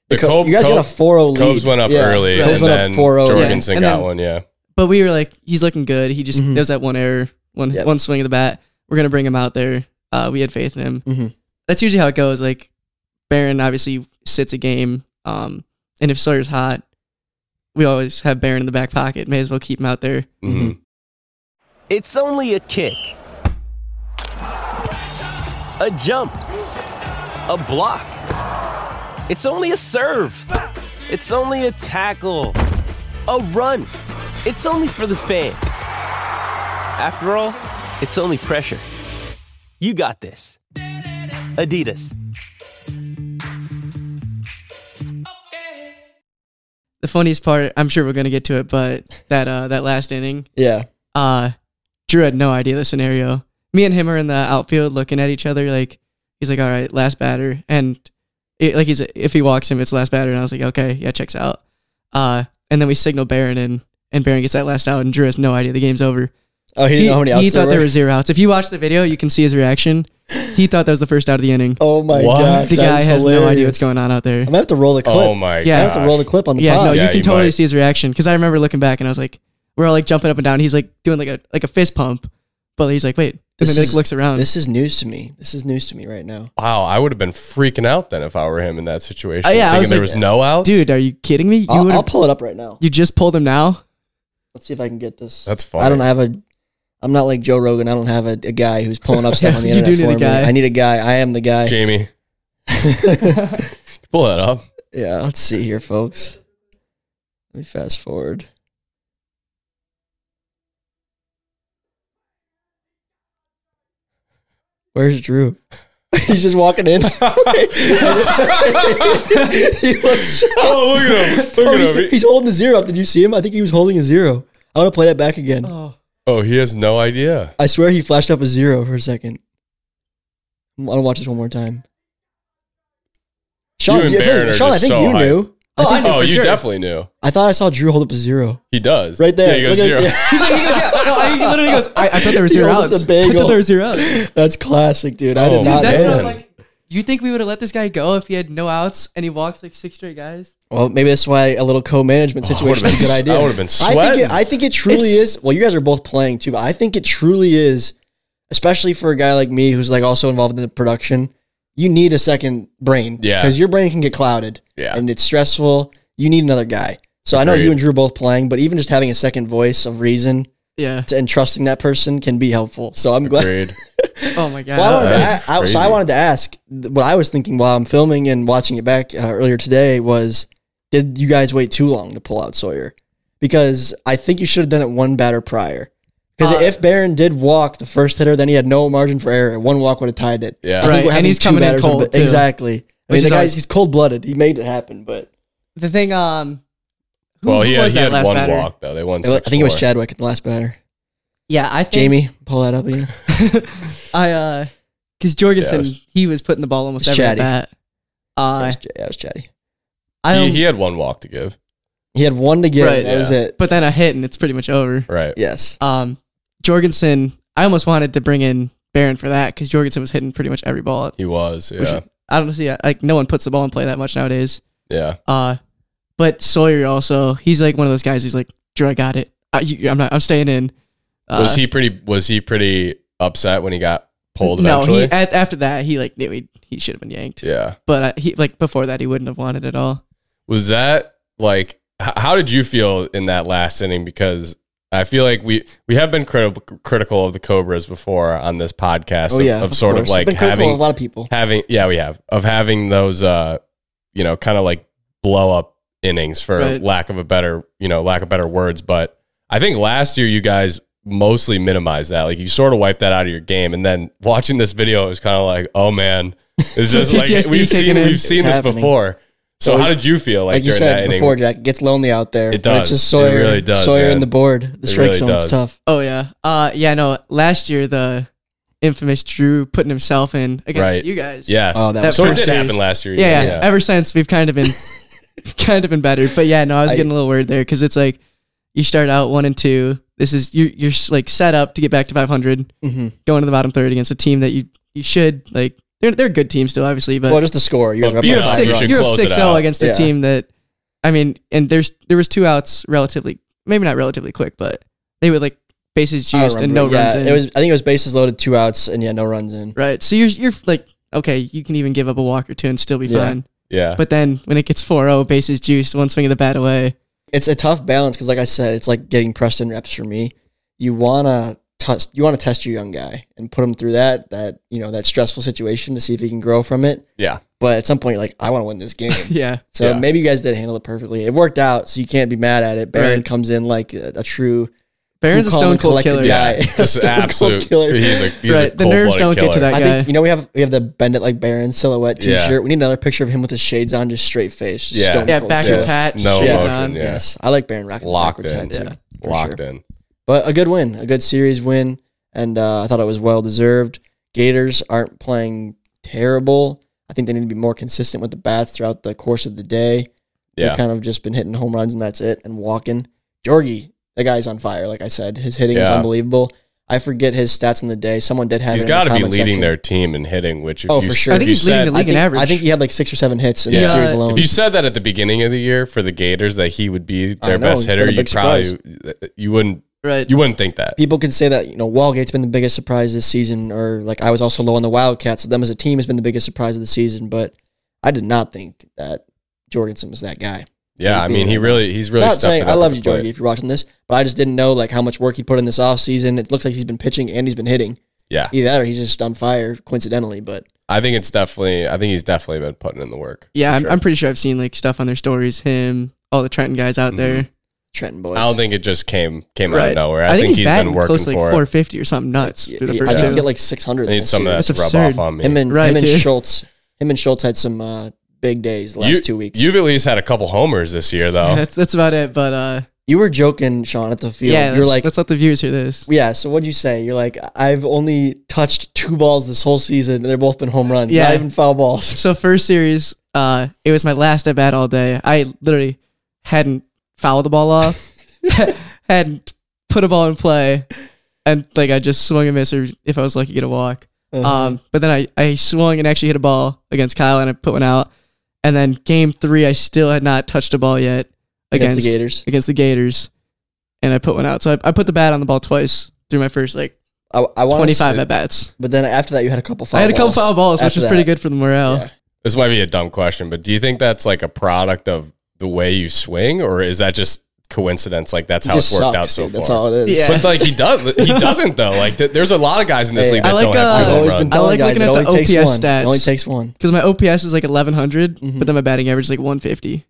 B: the
A: The Co-
B: Cob,
A: you guys
B: Cob-
A: got a 4 0 lead.
B: Cobes went up
A: Yeah,
B: early,
A: Cobes
B: and
A: went up oh.
B: then
A: 4-0. Yeah.
B: Jorgensen
C: And
B: got
C: then-
B: one. Yeah.
C: But we were like, he's looking good. He just
A: Mhm.
C: there was that one error, one
A: Yep.
C: one swing of the bat. We're gonna bring him out there. Uh, we had faith in him.
A: Mhm.
C: That's usually how it goes. Like Barron obviously sits a game. Um, and if Sawyer's hot, we always have Barron in the back pocket. May as well keep him out there.
A: Mm-hmm.
B: hmm
D: It's only a kick, a jump, a block. It's only a serve. It's only a tackle, a run. It's only for the fans. After all, it's only pressure. You got this. Adidas.
C: The funniest part, I'm sure we're gonna get to it, but that uh, that last inning,
A: Yeah.
C: uh Drew had no idea the scenario. Me and him are in the outfield looking at each other like he's like, All right, last batter and it, like he's if he walks him, it's last batter and I was like, Okay, yeah, checks out. Uh and then we signal Barron and and Barron gets that last out and Drew has no idea the game's over.
A: Oh, he didn't know how many outs
C: he
A: there
C: thought there
A: were?
C: were zero outs. If you watch the video, you can see his reaction. He thought that was the first out of the inning.
A: Oh my
B: What?
A: god.
C: the guy has no idea what's going on out there.
A: I'm gonna have to roll the clip.
B: Oh my
A: I
C: Yeah.
B: yeah.
A: have to roll the clip on the
C: yeah,
A: pod.
C: no,
B: Yeah,
C: you can
B: you
C: totally
B: might.
C: see his reaction because I remember looking back and I was like, we're all like jumping up and down. He's like doing like a like a fist pump, but he's like, wait, and
A: This
C: then he,
A: is-
C: like looks around.
A: This is news to me. This is news to me right now.
B: Wow, I would have been freaking out then if I were him in that situation.
C: Oh, yeah, I
B: thinking
C: was
B: there
C: like,
B: was no outs.
C: Dude, are you kidding me? You
A: I'll, I'll
C: would've-
A: pull it up right now.
C: you just pulled him now?
A: Let's see if I can get this.
B: that's funny.
A: I don't have a. I'm not like Joe Rogan. I don't have a, a guy who's pulling up stuff on the
C: You do
A: internet
C: need
A: for
C: a
A: me.
C: guy.
A: I need a guy. I am the guy.
B: Jamie, pull that up.
A: yeah. Let's see here, folks. Let me fast forward. Where's Drew? He's just walking in. he looks shocked.
B: Oh, look at him. Look
A: Oh,
B: at
A: he's,
B: him. He-
A: he's holding a zero up. Did you see him? I think he was holding a zero. I want to play that back again.
C: oh.
B: oh, he has no idea.
A: I swear he flashed up a zero for a second. I'm gonna watch this one more time. Sean,
B: and
A: I feel like-
B: Barron are
A: Sean, I
B: just
A: think
B: so
A: you
B: hyped.
A: knew. I, think,
B: oh,
C: for
B: you
C: sure.
B: definitely knew.
A: I thought I saw Drew hold up a zero
B: He does.
A: right there.
B: Yeah, he goes
A: Look at-
B: zero.
A: yeah.
C: He's like, he goes, yeah. No, I, he literally goes, I, I thought there were
A: He
C: zero
A: holds up
C: outs.
A: the bagel.
C: I thought there were zero outs. Dude,
A: That's classic, dude. I
B: Oh,
A: did
B: Dude,
A: not.
C: that's
A: know
C: what
A: that.
C: I'm like. You think we would have let this guy go if he had no outs and he walks like six straight guys?
A: Well, maybe that's why a little co-management
B: Oh, I would've
A: situation is a
B: been
A: good
B: s-
A: idea.
B: I would've been
A: I think
B: sweating.
A: it, I think it truly
C: It's-
A: is. Well, you guys are both playing too, but I think it truly is, especially for a guy like me who's like also involved in the production. You need a second brain,
B: Yeah.
A: because your brain can get clouded,
B: Yeah.
A: and it's stressful. You need another guy. So I know
B: Agreed.
A: you and Drew both playing, but even just having a second voice of reason
C: Yeah.
A: to, and trusting that person can be helpful. So I'm glad.
B: Agreed.
C: Oh my god.
A: Well, I wanted to
B: That's
A: a- I- so I
B: crazy.
A: wanted to ask th- what I was thinking while I'm filming and watching it back uh, earlier today was, did you guys wait too long to pull out Sawyer? Because I think you should have done it one batter prior. Because
C: Uh,
A: if Barron did walk the first hitter, then he had no margin for error. One walk would have tied it.
B: Yeah.
A: I think
C: Right,
A: we're
C: and
A: having
C: he's
A: two
C: coming in
A: batters would have
C: cold,
A: been-
C: too.
A: Exactly. I mean,
C: Which
A: the
C: is
A: guy's
C: always-
A: he's cold blooded. He made it happen, but
C: The thing, um, who
B: well, he had,
C: was
B: he
C: that
B: had
C: last
B: one
C: batter?
B: walk though. They won.
A: I think it was
B: 6-4.
A: Chadwick at the last batter.
C: Yeah, I think
A: Jamie, pull that up again.
C: I uh, because Jorgensen,
B: Yeah, it was-
C: he was putting the ball almost
A: It's
C: every at
A: chatty.
C: bat.
A: that,
C: Uh,
A: was, that was Chatty.
C: I
B: He,
C: don't,
B: he had one walk to give.
A: He had one to get.
C: Right,
A: that was
B: yeah.
A: it.
C: but then a hit and it's pretty much over.
B: Right.
A: Yes.
C: Um, Jorgensen, I almost wanted to bring in Barron for that because Jorgensen was hitting pretty much every ball.
B: He was. Yeah.
C: Which I don't see like no one puts the ball in play that much nowadays.
B: yeah.
C: Uh, but Sawyer also, he's like one of those guys. He's like, Drew, I got it. I, you, I'm not. I'm staying in. Uh,
A: Uh-huh.
B: was he pretty? Was he pretty upset when he got pulled
C: No, he,
B: eventually?
C: at, after that, he like knew he, he should have been yanked.
B: yeah.
C: But uh, he like before that, he wouldn't have wanted at all.
B: Was that like? h- How did you feel in that last inning? Because I feel like we we have been criti- critical of the Cobras before on this podcast.
A: Oh
B: of,
A: yeah.
B: of, sort
A: course.
B: of like
A: been critical of
B: having
A: a lot of people.
B: having yeah we have of having those uh you know kind of like blow up innings for
C: Right.
B: lack of a better you know lack of better words but i think last year you guys mostly minimized that like you sort of wiped that out of your game and then watching this video it was kind of like oh man this is like
C: PTSD
B: we've seen
C: kicking in.
B: we've seen
A: It's
B: this
A: happening.
B: before so
A: Always-
B: how did you feel like,
A: Like, you
B: during that
A: said
B: inning
A: before, Jack it gets lonely out there.
B: It
A: When
B: does.
A: It's just
B: It
A: Sawyer,
B: really does,
A: Sawyer
B: man.
A: and the board. The
B: It
A: strike
B: really
A: zone's
B: does.
A: tough.
C: Oh yeah. Uh, yeah. No, last year the infamous Drew putting himself in against
B: Right.
C: you guys.
B: yes
A: Oh, that
C: That
A: was
B: so it
C: first
B: did
C: series.
B: happen last year
C: Yeah, yeah. Ever since we've kind of been, kind of been better. But yeah, no, I was
A: I-
C: getting a little worried there because it's like you start out one and two. This is you you're s- like set up to get back to 500,
A: Mhm.
C: going to the bottom third against a team that you you should like. They're they're a good team still, obviously, but
A: well, just the score. You're
B: But
A: up
B: beat
A: by
B: up
A: five
B: six-
A: runs.
B: should
C: you're up
B: close it
C: 6
B: out.
C: 0 against a
A: Yeah.
C: team that, I mean, and there's there was two outs relatively, maybe not relatively quick, but they were like bases
A: I don't
C: used and no
A: remember. yeah,
C: runs in.
A: It was. I think it was bases loaded, two outs, and yeah, no runs in.
C: right, so you're you're like okay, you can even give up a walk or two and still be
A: Yeah.
C: fine.
B: yeah
C: But then when it gets 4-0, bases juiced, one swing of the bat away.
A: It's a tough balance because, like I said, it's like getting Preston reps for me. You wanna test. You wanna test your young guy and put him through that that you know that stressful situation to see if he can grow from it.
B: yeah
A: But at some point, you're like I want to win this game.
C: Yeah,
A: So
B: Yeah.
A: maybe you guys did handle it perfectly. It worked out, so you can't be mad at it. Baron
C: Right.
A: comes in like a, a true.
C: Barron's a
A: Who called
C: stone
A: and
C: cold
A: collected
C: killer.
A: the
C: Yeah,
A: guy.
B: yeah this
A: Stone
B: is
A: Cold
B: absolute
A: Killer.
B: he's a he's
C: Right,
B: a
C: the nerves
B: cold-blooded
C: don't get to
B: killer.
C: that
A: I
C: guy.
A: think you know we have we have the bend it like Baron silhouette
B: Yeah.
A: T-shirt. We need another picture of him with his shades on, just straight face. just
B: Yeah.
A: stone
C: yeah
A: cold
C: backwards
A: killer.
C: hat,
B: No
C: shades
B: emotion,
C: on.
B: yeah.
A: Yes, I like Baron rocking the
B: Locked
A: backwards
B: in.
A: hat too.
C: Yeah.
A: for
B: locked
A: sure.
B: in
A: But a good win, a good series win, and uh, I thought it was well deserved. Gators aren't playing terrible. I think they need to be more consistent with the bats throughout the course of the day.
B: yeah
A: They've kind of just been hitting home runs and that's it and walking. Jorgie, the guy's on fire. Like I said, his hitting is
B: Yeah.
A: unbelievable. I forget his stats in the day. Someone did have
B: He's
A: it in the
B: got to be
A: comment
B: leading
A: section.
B: their team in hitting, which if
A: Oh,
B: you,
A: for sure.
B: if
A: I think
B: you
C: he's leading
B: said,
C: the
A: I
C: league
A: think,
C: in average.
A: I think he had like six or seven hits in
B: Yeah.
A: that series
C: Uh,
A: alone.
B: if you said that at the beginning of the year for the Gators that he would be
A: I
B: their
A: know,
B: best
A: it's been
B: hitter,
A: a
B: you
A: big
B: probably you wouldn't
C: Right.
B: you wouldn't think that.
A: People can say that you know Walgate's been the biggest surprise this season, or like I was also low on the Wildcats. So them as a team has been the biggest surprise of the season, but I did not think that Jorgensen was that guy.
B: Yeah,
A: he's
B: I mean
A: being-
B: he really he's really.
A: not
B: stepped
A: saying
B: it
A: I
B: up
A: love
B: at
A: you,
B: the plate.
A: Jorgie, if you're watching this, but I just didn't know like how much work he put in this offseason. It looks like he's been pitching and he's been hitting.
B: Yeah,
A: Either that or he's just on fire coincidentally, but
B: I think it's definitely I think he's definitely been putting in the work.
C: Yeah,
B: for
C: I'm,
B: sure.
C: I'm pretty sure I've seen like stuff on their stories. Him, all the Trenton guys out there.
A: Trenton boys.
B: I don't think it just came came out
C: Right.
B: of nowhere. Mm-hmm. I, think, he's
C: batting
B: been working
C: close to like
B: for it.
C: 450 or something nuts
A: Yeah,
C: through the
A: yeah,
C: first
A: I think
C: two.
A: he had like 600.
B: I need
A: this
B: some of
A: year.
B: that to
C: That's
B: rub
C: absurd.
B: off on me.
A: Him and
C: Right,
A: him and
C: dude.
A: Schultz. Him and Schultz had some uh, big days the last
B: you,
A: two weeks. You,
B: You've at least had a couple homers this year,
C: Yeah,
B: though.
C: that's that's about it. But uh,
A: were joking, Sean, at the field.
C: yeah,
A: you were
C: let's,
A: like,
C: let's let the viewers hear this.
A: yeah. So what'd you say? You're like, I've only touched two balls this whole season, and they're both been home runs.
C: Yeah.
A: not even foul balls.
C: So first series, uh, it was my last at bat all day. I literally hadn't fouled the ball off, hadn't put a ball in play, and like I just swung and missed, or if I was lucky, get a walk.
A: Uh-huh.
C: Um, but then I I swung and actually hit a ball against Kyle, and I put one out. And then game three, I still had not touched a ball yet
A: against,
C: against
A: the Gators.
C: against the Gators, and I put one out. So I, I put the bat on the ball twice through my first like
A: I, I want
C: 25 at bats.
A: But then after that, you had a couple foul.
C: I had a couple
A: balls
C: foul balls, which
A: after
C: was pretty
A: that.
C: good for the morale.
A: Yeah.
B: This might be a dumb question, but do you think that's like a product of the way you swing, or is that just coincidence? Like that's
A: It
B: how it's
A: just
B: worked
A: sucks,
B: out so
A: dude.
B: far.
A: That's all it is.
C: Yeah.
B: But like he does, he doesn't though. Like th- there's a lot of guys in this
A: Hey,
B: league
A: I
B: that
C: like,
B: don't have
C: uh,
B: two
A: I've
C: Oh,
B: home
A: always been
B: runs.
C: I
A: telling
C: like
A: guys
C: looking
A: it
C: at the
A: only takes
C: OPS
A: one. It only
C: stats.
A: takes one.
C: because my OPS is like 1100, but then my batting average is like 150.
A: Mm-hmm.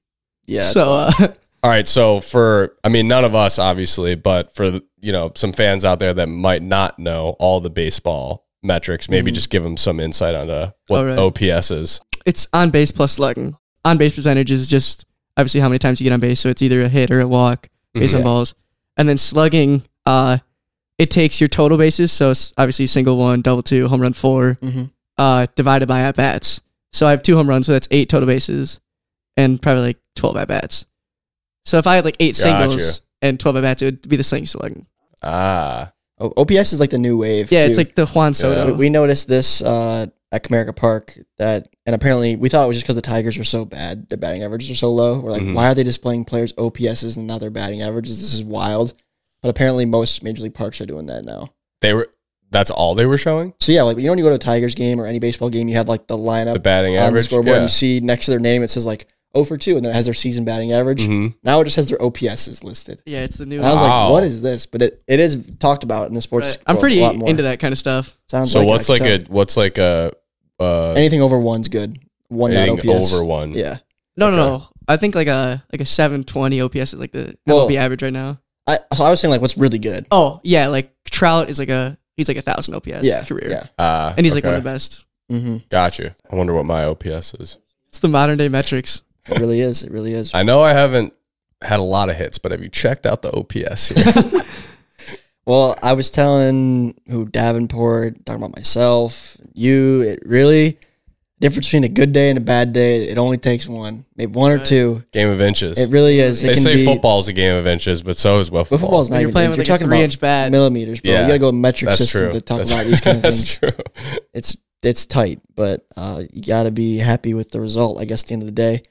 A: Yeah.
C: so uh,
B: All right, so for I mean, none of us obviously, but for the- you know some fans out there that might not
A: Mm-hmm.
B: know all the baseball metrics, maybe just give them some insight onto what
C: All right.
B: OPS is.
C: it's on base plus slugging. On base percentage is just obviously how many times you get on base, so it's either a hit or a walk based
A: Mhm.
C: on
A: Yeah.
C: balls. And then slugging, uh, it takes your total bases, so it's obviously single one, double two, home run 4
A: Mhm.
C: uh, divided by at bats. So I have two home runs, so that's eight total bases, and probably like twelve at bats. So if I had like eight
B: Gotcha.
C: singles and twelve at bats, it would be the same slugging.
B: Ah,
A: O- OPS is like the new wave.
C: Yeah, it's
A: too.
C: like the Juan
A: We-
C: Soto.
A: we noticed this uh, at Comerica Park that, and apparently we thought it was just because the Tigers were so bad, their batting averages are so low. We're like,
B: Mhm.
A: why are they displaying players' OPSs and now their batting averages? This is wild. But apparently, most major league parks are doing that now.
B: they were. That's all they were showing.
A: So yeah, like you know when you go to a Tigers game or any baseball game, you have like the lineup
B: The batting
A: on the
B: average.
A: scoreboard.
B: yeah.
A: And you see next to their name, it says like 0 for 2, and then it has their season batting average.
B: Mhm.
A: Now it just has their OPSs listed.
C: yeah, it's the new.
A: And I was
B: Wow.
A: like, what is this? But it, it is talked about in the sports.
C: Right. I'm
A: world
C: pretty
A: a lot more.
C: into that kind of stuff.
A: Sounds
B: So
A: like it,
B: what's
A: I
B: like
A: can
B: a what's like a
A: tell.
B: uh,
A: anything over one's good. One dot
B: anything
A: OPS.
B: over one?
A: Yeah.
C: No, no,
B: Okay.
C: no. I think like a like a 720 OPS is like the
A: Well-
C: MLB average right now.
A: I, so I was saying like what's really good.
C: Oh yeah, like Trout is like a he's like a thousand OPS
A: yeah.
C: career,
A: Yeah.
B: Ah,
C: and he's like one
B: okay.
C: of the best.
A: hmm
B: Got you. I wonder what my OPS is.
C: It's the modern day metrics.
A: It really is. It really is.
B: I know I haven't had a lot of hits, but have you checked out the OPS here?
A: Well, I was telling who Davenport, talking about myself, you, it really difference between a good day and a bad day, it only takes one. Maybe one or
C: Right.
A: two.
B: game of inches.
A: It really is. It
B: they
A: can
B: say
A: be,
B: football is a game of inches, but so is well
A: Well,
B: football.
A: football's not
C: You're
A: even
C: playing
A: inch.
C: with
A: You're
C: like a
A: talking
C: three
A: about
C: inch bat.
A: millimeters, bro.
B: Yeah.
A: You gotta go metric
B: That's
A: system
B: true.
A: to talk
B: That's-
A: about these kind of
B: that's
A: things.
B: true.
A: It's it's tight, but uh, you gotta be happy with the result. I guess at the end of the day,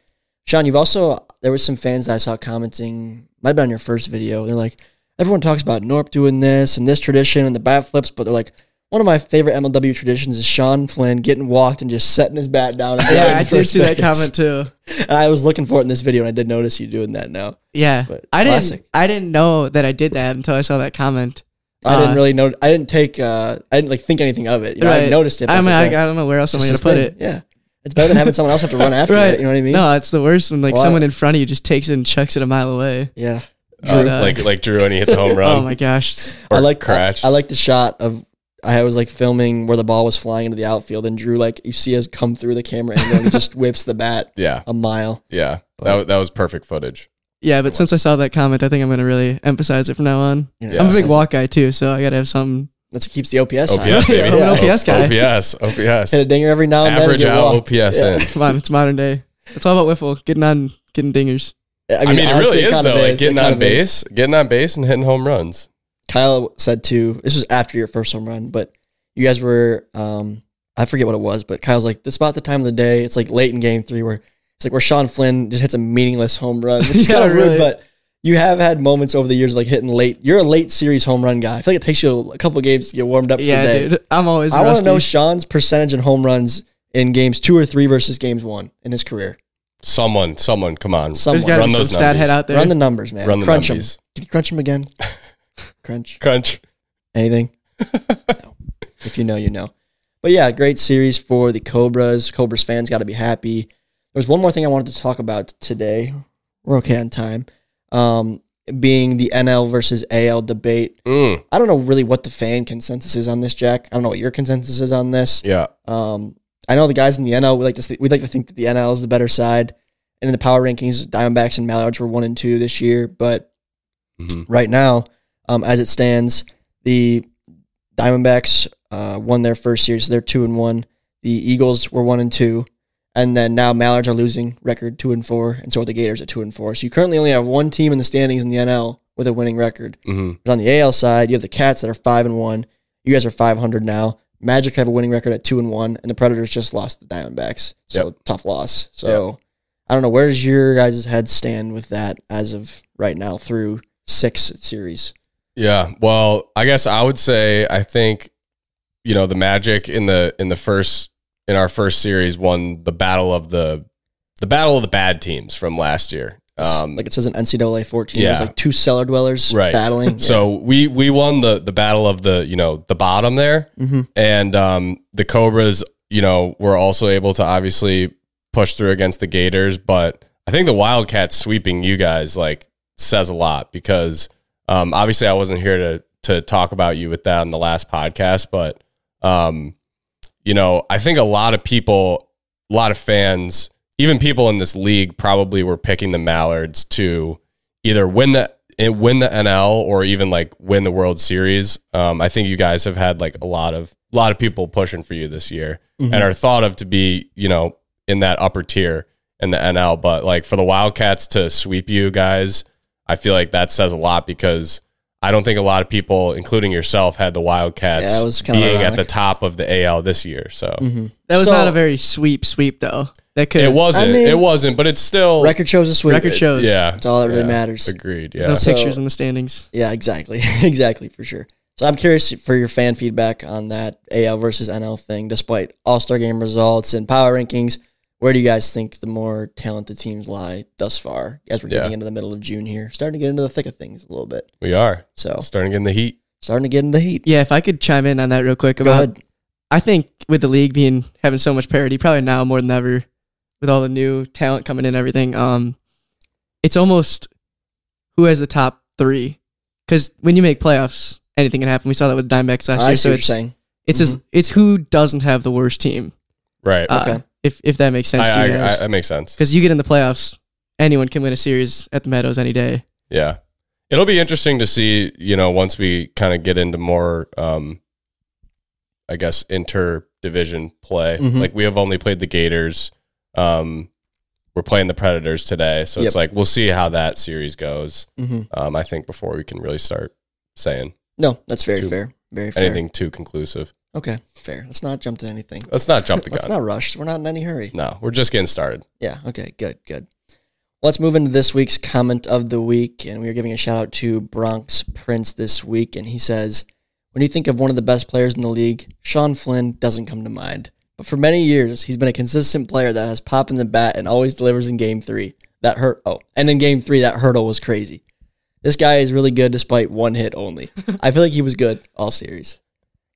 A: Sean, you've also there was some fans that I saw commenting. Might have been on your first video. They're like, everyone talks about Norp doing this and this tradition and the bat flips, but they're like. One of my favorite MLW traditions is Sean Flynn getting walked and just setting his bat down. And
C: Yeah,
A: throwing
C: I
A: it
C: did
A: first
C: see that
A: base.
C: comment too.
A: I was looking for it in this video, and I did notice you doing that now.
C: Yeah,
A: But it's
C: I didn't.
A: classic.
C: I didn't know that I did that until I saw that comment.
A: I didn't
C: Uh,
A: really know. I didn't take. Uh, I didn't like think anything of it. You know, I
C: Right.
A: noticed it. but
C: I
A: was
C: mean,
A: like,
C: I,
A: yeah,
C: I don't know where else I'm
A: it's
C: gonna
A: just
C: put
A: this
C: it.
A: thing. Yeah, it's better than having someone else have to run after
C: Right.
A: it. You know what I mean?
C: No, it's the worst when like
A: Well, I-
C: someone in front of you just takes it and chucks it a mile away.
A: Yeah,
B: Uh,
C: Drew.
B: like like Drew and he hits a home run.
C: Oh my gosh,
B: or
A: I like.
B: crash.
A: I, I like the shot of. I was like filming where the ball was flying into the outfield, and Drew like you see us come through the camera, and then he just whips the bat
B: yeah,
A: a mile.
B: yeah. That wa- that was perfect footage.
C: yeah. But since I saw that comment, I think I'm gonna really emphasize it from now on.
A: You
B: Yeah.
C: I'm a big
A: so
C: walk guy too, so I gotta have something.
A: That's what keeps the OPS. high.
B: OPS baby.
A: I'm an
C: OPS guy.
B: OPS. OPS.
A: Hit a dinger every now and then. and
B: Average
A: get
B: out
A: walked.
B: OPS in.
C: Come on, it's modern day. It's all about wiffle, getting on, getting dingers.
B: I mean, it
A: honestly,
B: really is
A: kinda
B: though. Like
A: It
B: getting
A: kinda
B: on
A: is.
B: base, getting on base, and hitting home runs.
A: Kyle said too. This was after your first home run, but you guys were um I forget what it was, but Kyle's like, this is about the time of the day. It's like late in game three where it's like where Sean Flynn just hits a meaningless home run, which is
C: Yeah,
A: kind of rude,
C: really.
A: but you have had moments over the years like hitting late. You're a late series home run guy. I feel like it takes you a, a couple games to get warmed up for the
C: Yeah,
A: day.
C: dude. I'm always.
A: I want to
C: rusty.
A: know Sean's percentage in home runs in games two or three versus games one in his career.
B: Someone, someone, come on,
C: There's
A: Someone
C: gotta
B: Run
A: run,
C: be some
B: those
C: stat head
B: numbers.
C: out there.
A: the numbers, man.
B: run the
A: crunch them.
B: numbies.
A: Can you crunch them again? crunch.
B: Crunch.
A: Anything? no. If you know, you know. But yeah, great series for the Cobras. Cobras fans got to be happy. There's one more thing I wanted to talk about today. We're okay on time. Um, being the NL versus AL debate.
B: Mm,
A: I don't know really what the fan consensus is on this, Jack. I don't know what your consensus is on this.
B: yeah.
A: Um, I know the guys in the NL we like to th- we like to think that the NL is the better side. And in the power rankings, Diamondbacks and Mallards were one and two this year, but
B: Mhm.
A: right now, um, as it stands, the Diamondbacks uh, won their first series. They're two and one. The Eagles were one and two, and then now Mallards are losing record two and four, and so are the Gators at two and four. So you currently only have one team in the standings in the NL with a winning record.
B: Mhm.
A: But on the AL side, you have the Cats that are five and one. You guys are five hundred now. Magic have a winning record at two and one, and the Predators just lost to the Diamondbacks. So tough loss. So I don't know. Where's your guys' head stand with that as of right now through six series?
B: Yeah. Well, I guess I would say I think you know the Magic in the in the first in our first series won the battle of the the battle of the bad teams from last year.
A: It's-
B: Um,
A: like it says in NCAA fourteen, there's
B: yeah.
A: like two cellar dwellers
B: Right.
A: battling.
B: so we we won the the battle of the you know the bottom there,
A: hmm
B: and um, the Cobras you know were also able to obviously push through against the Gators, but I think the Wildcats sweeping you guys like says a lot because um, obviously I wasn't here to to talk about you with that on the last podcast, but um, you know I think a lot of people a lot of fans, even people in this league, probably were picking the Mallards to either win the and win the NL or even like win the World Series. Um, I think you guys have had like a lot of a lot of people pushing for you this year
A: Mhm.
B: and are thought of to be you know in that upper tier in the NL. But like for the Wildcats to sweep you guys, I feel like that says a lot because I don't think a lot of people, including yourself, had the Wildcats
A: Yeah, it was kinda
B: being at
A: ironic.
B: the top of the AL this year. So
A: Mm-hmm.
C: That was
A: So-
C: not a very sweep sweep though. That could
B: it wasn't.
A: I mean-
B: it wasn't. But it's still
A: Record shows this week.
C: record shows.
B: Yeah,
A: That's all that really
B: Yeah.
A: matters.
B: agreed.
C: There's no
B: Yeah,
A: So-
C: pictures in the standings.
A: Yeah, exactly. exactly, for sure. So I'm curious for your fan feedback on that AL versus NL thing, despite All Star game results and power rankings. Where do you guys think the more talented teams lie thus far as we're getting
B: Yeah.
A: into the middle of June here? Starting to get into the thick of things a little bit.
B: we are
A: So
B: starting getting the heat.
A: starting to get in the heat.
C: Yeah, if I could chime in on that real quick
A: Go
C: about
A: ahead.
C: I think with the league being having so much parity, probably now more than ever, with all the new talent coming in and everything, um, it's almost who has the top three. Because when you make playoffs, anything can happen. We saw that with Diamondbacks last
A: I
C: year.
A: see
C: So
A: what you're
C: it's
A: saying.
C: it's as- it's who doesn't have the worst team.
B: Right.
C: Uh,
A: Okay.
C: If if that makes sense
B: I,
C: to you
B: I, I,
C: guys,
B: that makes sense.
C: because you get in the playoffs, anyone can win a series at the Meadows any day.
B: Yeah. It'll be interesting to see, you know, once we kind of get into more, um, I guess, inter division play.
A: Mhm.
B: Like, we have only played the Gators. Um, we're playing the Predators today. So
A: Yep.
B: it's like, we'll see how that series goes,
A: hmm
B: um, I think, before we can really start saying
A: No, that's very
B: Two.
A: fair. Very fair.
B: anything Uh, too conclusive.
A: Okay, fair. Let's not jump to anything.
B: Let's not jump the
A: Let's
B: gun.
A: not rush. We're not in any hurry.
B: no, we're just getting started.
A: Yeah. Okay. Good. Good. Let's move into this week's comment of the week, and we are giving a shout out to Bronx Prince this week, and he says, "When you think of one of the best players in the league, Sean Flynn doesn't come to mind, but for many years he's been a consistent player that has pop in the bat and always delivers in Game Three. That hurt. Oh, and in Game Three, that hurdle was crazy. This guy is really good despite one hit only. I feel like he was good all series.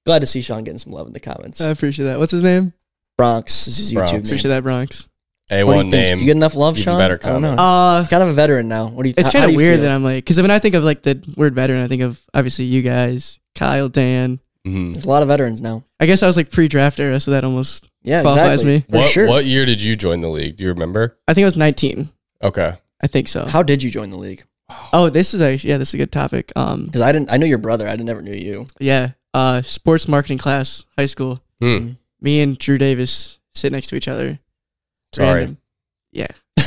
A: Glad to see Sean getting some love in the comments.
C: I appreciate that. What's his name?
A: Bronx, this is YouTube.
B: Bronx.
A: name.
C: Appreciate that Bronx.
A: What do you
B: A1
A: think?
B: name.
A: You get enough love,
B: even
A: Sean?
B: better
A: I don't know.
B: comment.
C: Uh,
A: kind of a veteran now. What do you?
C: It's
A: how-
C: kind
A: how do
C: of
A: you
C: weird
A: feel?
C: that I'm like, because when I think of like the word veteran, I think of obviously you guys, Kyle, Dan.
B: Mhm.
A: There's a lot of veterans now.
C: I guess I was like pre-draft era, so that almost.
A: Yeah,
C: Qualifies
A: exactly.
C: me.
A: For
B: What,
A: sure.
B: what year did you join the league? Do you remember?
C: I think I was 19.
B: Okay.
C: I think so.
A: How did you join the league?
C: oh, this is actually yeah, this is a good topic. Um,
A: Because I didn't. I knew your brother. I didn't- never knew you.
C: yeah, uh, sports marketing class, high school.
A: Mm-hmm.
B: Hmm.
C: Me and Drew Davis sit next to each other.
B: Sorry.
C: Random. Yeah.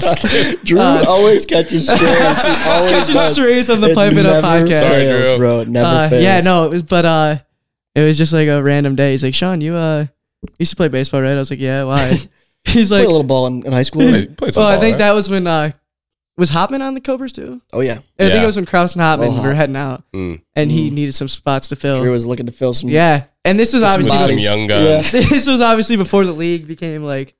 B: just kidding.
A: Drew
C: Uh,
A: always catches strays. He always
C: Catching
A: does.
C: strays on the
A: It
C: Pipe It Up
A: never
C: podcast.
B: Sorry,
A: fails,
B: Drew.
A: bro. It never
C: Uh,
A: fails.
C: Yeah, no, it was, but uh, it was just like a random day. He's like, Sean, you uh, you used to play baseball, right? I was like, yeah. Why? He's
A: Play
C: like,
A: a little ball in, in high school.
B: Played- played some
C: well, I
B: ball,
C: think
B: right?
C: that was when uh, was Hopman on the Cobras too.
A: oh yeah,
C: I think
B: Yeah.
C: it was when Kraus and Hopman
A: Oh, Hop.
C: were heading out,
B: Mm.
C: and he
A: Mm.
C: needed some spots to fill.
A: Drew was looking to fill some.
C: yeah, and this was
A: some
B: With
C: obviously
B: some
A: bodies.
B: young guns.
A: Yeah.
C: this was obviously before the league became like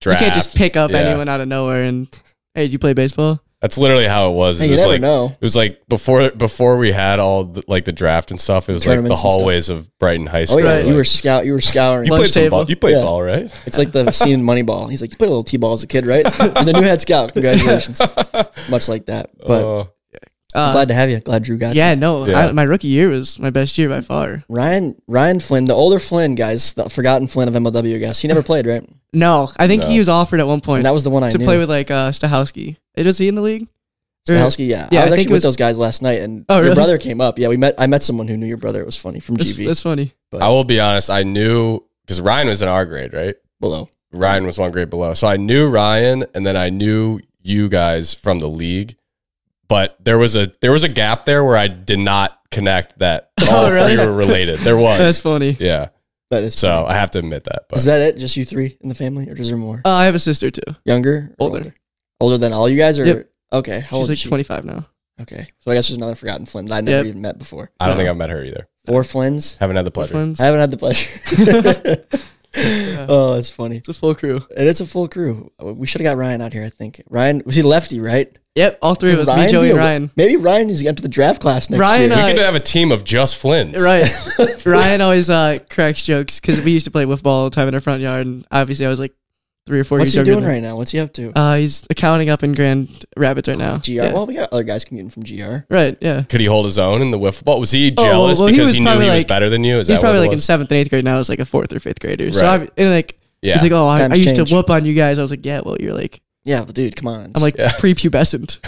B: Draft.
C: you can't just pick up
B: Yeah.
C: anyone out of nowhere and hey, do you play baseball?
B: That's literally how it was.
A: Hey,
B: It
A: you
B: was
A: never
B: like
A: know.
B: it was like before before we had all the, like the draft and stuff. It was like the
A: Tournaments and stuff.
B: hallways of Brighton High
A: Oh
B: School.
A: yeah, you
B: Like,
A: were scout. You were scouring.
B: you
C: Lunch
B: played some
C: table.
B: ball. You played
A: Yeah.
B: ball, right?
A: It's like
C: uh,
A: the scene in Moneyball. He's like, you played a little t-ball as a kid, right? and then you had scout. Congratulations. Much like that. But
B: Uh,
A: I'm
C: Uh,
A: glad to have you. Glad Drew got you.
C: yeah, no,
B: Yeah.
C: I, my rookie year was my best year by far.
A: Ryan Ryan Flynn, the older Flynn, guys, the forgotten Flynn of MLW, I guess. He never played, right?
C: No, I think
B: No.
C: he was offered at one
A: And
C: point
A: that was the one I
C: to
A: knew.
C: play with like uh, Stahowski. Was he in the league? Or-
A: Stahelski, yeah.
C: Yeah,
A: I
C: I
A: was
C: think
A: actually
C: it
A: with
C: was-
A: those guys last night, and
C: Oh,
A: your
C: really?
A: brother came up. Yeah, we met. I met someone who knew your brother. It was funny from
C: That's,
A: GV
C: that's funny.
B: I will be honest. I knew because Ryan was in our grade, right?
A: below.
B: Ryan was one grade below, so I knew Ryan, and then I knew you guys from the league. But there was a there was a gap there where I did not connect that
A: Oh,
B: all
C: really?
B: three were related. There was,
C: That's funny.
B: yeah.
A: That is
B: So
A: funny.
B: I have to admit that. But
A: is that it? Just you three in the family, or is there more?
C: Uh, I have a sister too.
A: Younger, or
C: older.
A: older, older than all you guys, or
C: Yep.
A: okay? How
C: She's
A: old
C: like
A: is she?
C: 25 now.
A: Okay, so I guess there's another forgotten Flynn that I never
C: Yep.
A: even met before.
B: I don't think
C: No.
B: I've met her either.
A: Four Flynns.
B: Haven't had the
C: Four
B: pleasure.
C: friends.
A: I haven't had the pleasure. Oh, that's funny.
C: It's a full crew.
A: It is a full crew. We should have got Ryan out here. I think Ryan was he lefty, right?
C: Yep, all three of us.
A: Ryan
C: Me, Joey,
A: be a-
C: and Ryan.
A: Maybe Ryan is going to the draft class next
C: Ryan,
A: year.
B: We
C: uh,
B: could have a team of just Flynn's.
C: Right. Ryan always uh, cracks jokes because we used to play wiffle ball all the time in our front yard, and obviously I was like three or four
A: What's
C: years
A: he
C: younger.
A: doing
C: than-
A: right now? What's he up to?
C: Uh, he's accounting up in Grand Rapids right now.
A: GR.
C: Uh, Yeah.
A: Well, we got other guys commuting from GR.
C: Right. Yeah.
B: Could he hold his own in the wiffle ball? Was he
C: Oh, well,
B: jealous
C: well, he
B: because
C: was
B: he, knew
C: probably
B: he was
C: like-
B: better than you? Is
C: he's
B: that what
C: probably
B: it
C: like in
B: was?
C: seventh and eighth grade now as like a fourth or fifth grader. So
B: Right.
C: I, and like
B: Yeah.
C: He's like, oh, I,
A: Times
C: I used
A: change.
C: to whoop on you guys. I was like, yeah, well, you're like,
A: Yeah, but dude, come on.
C: I'm like
B: Yeah.
C: prepubescent.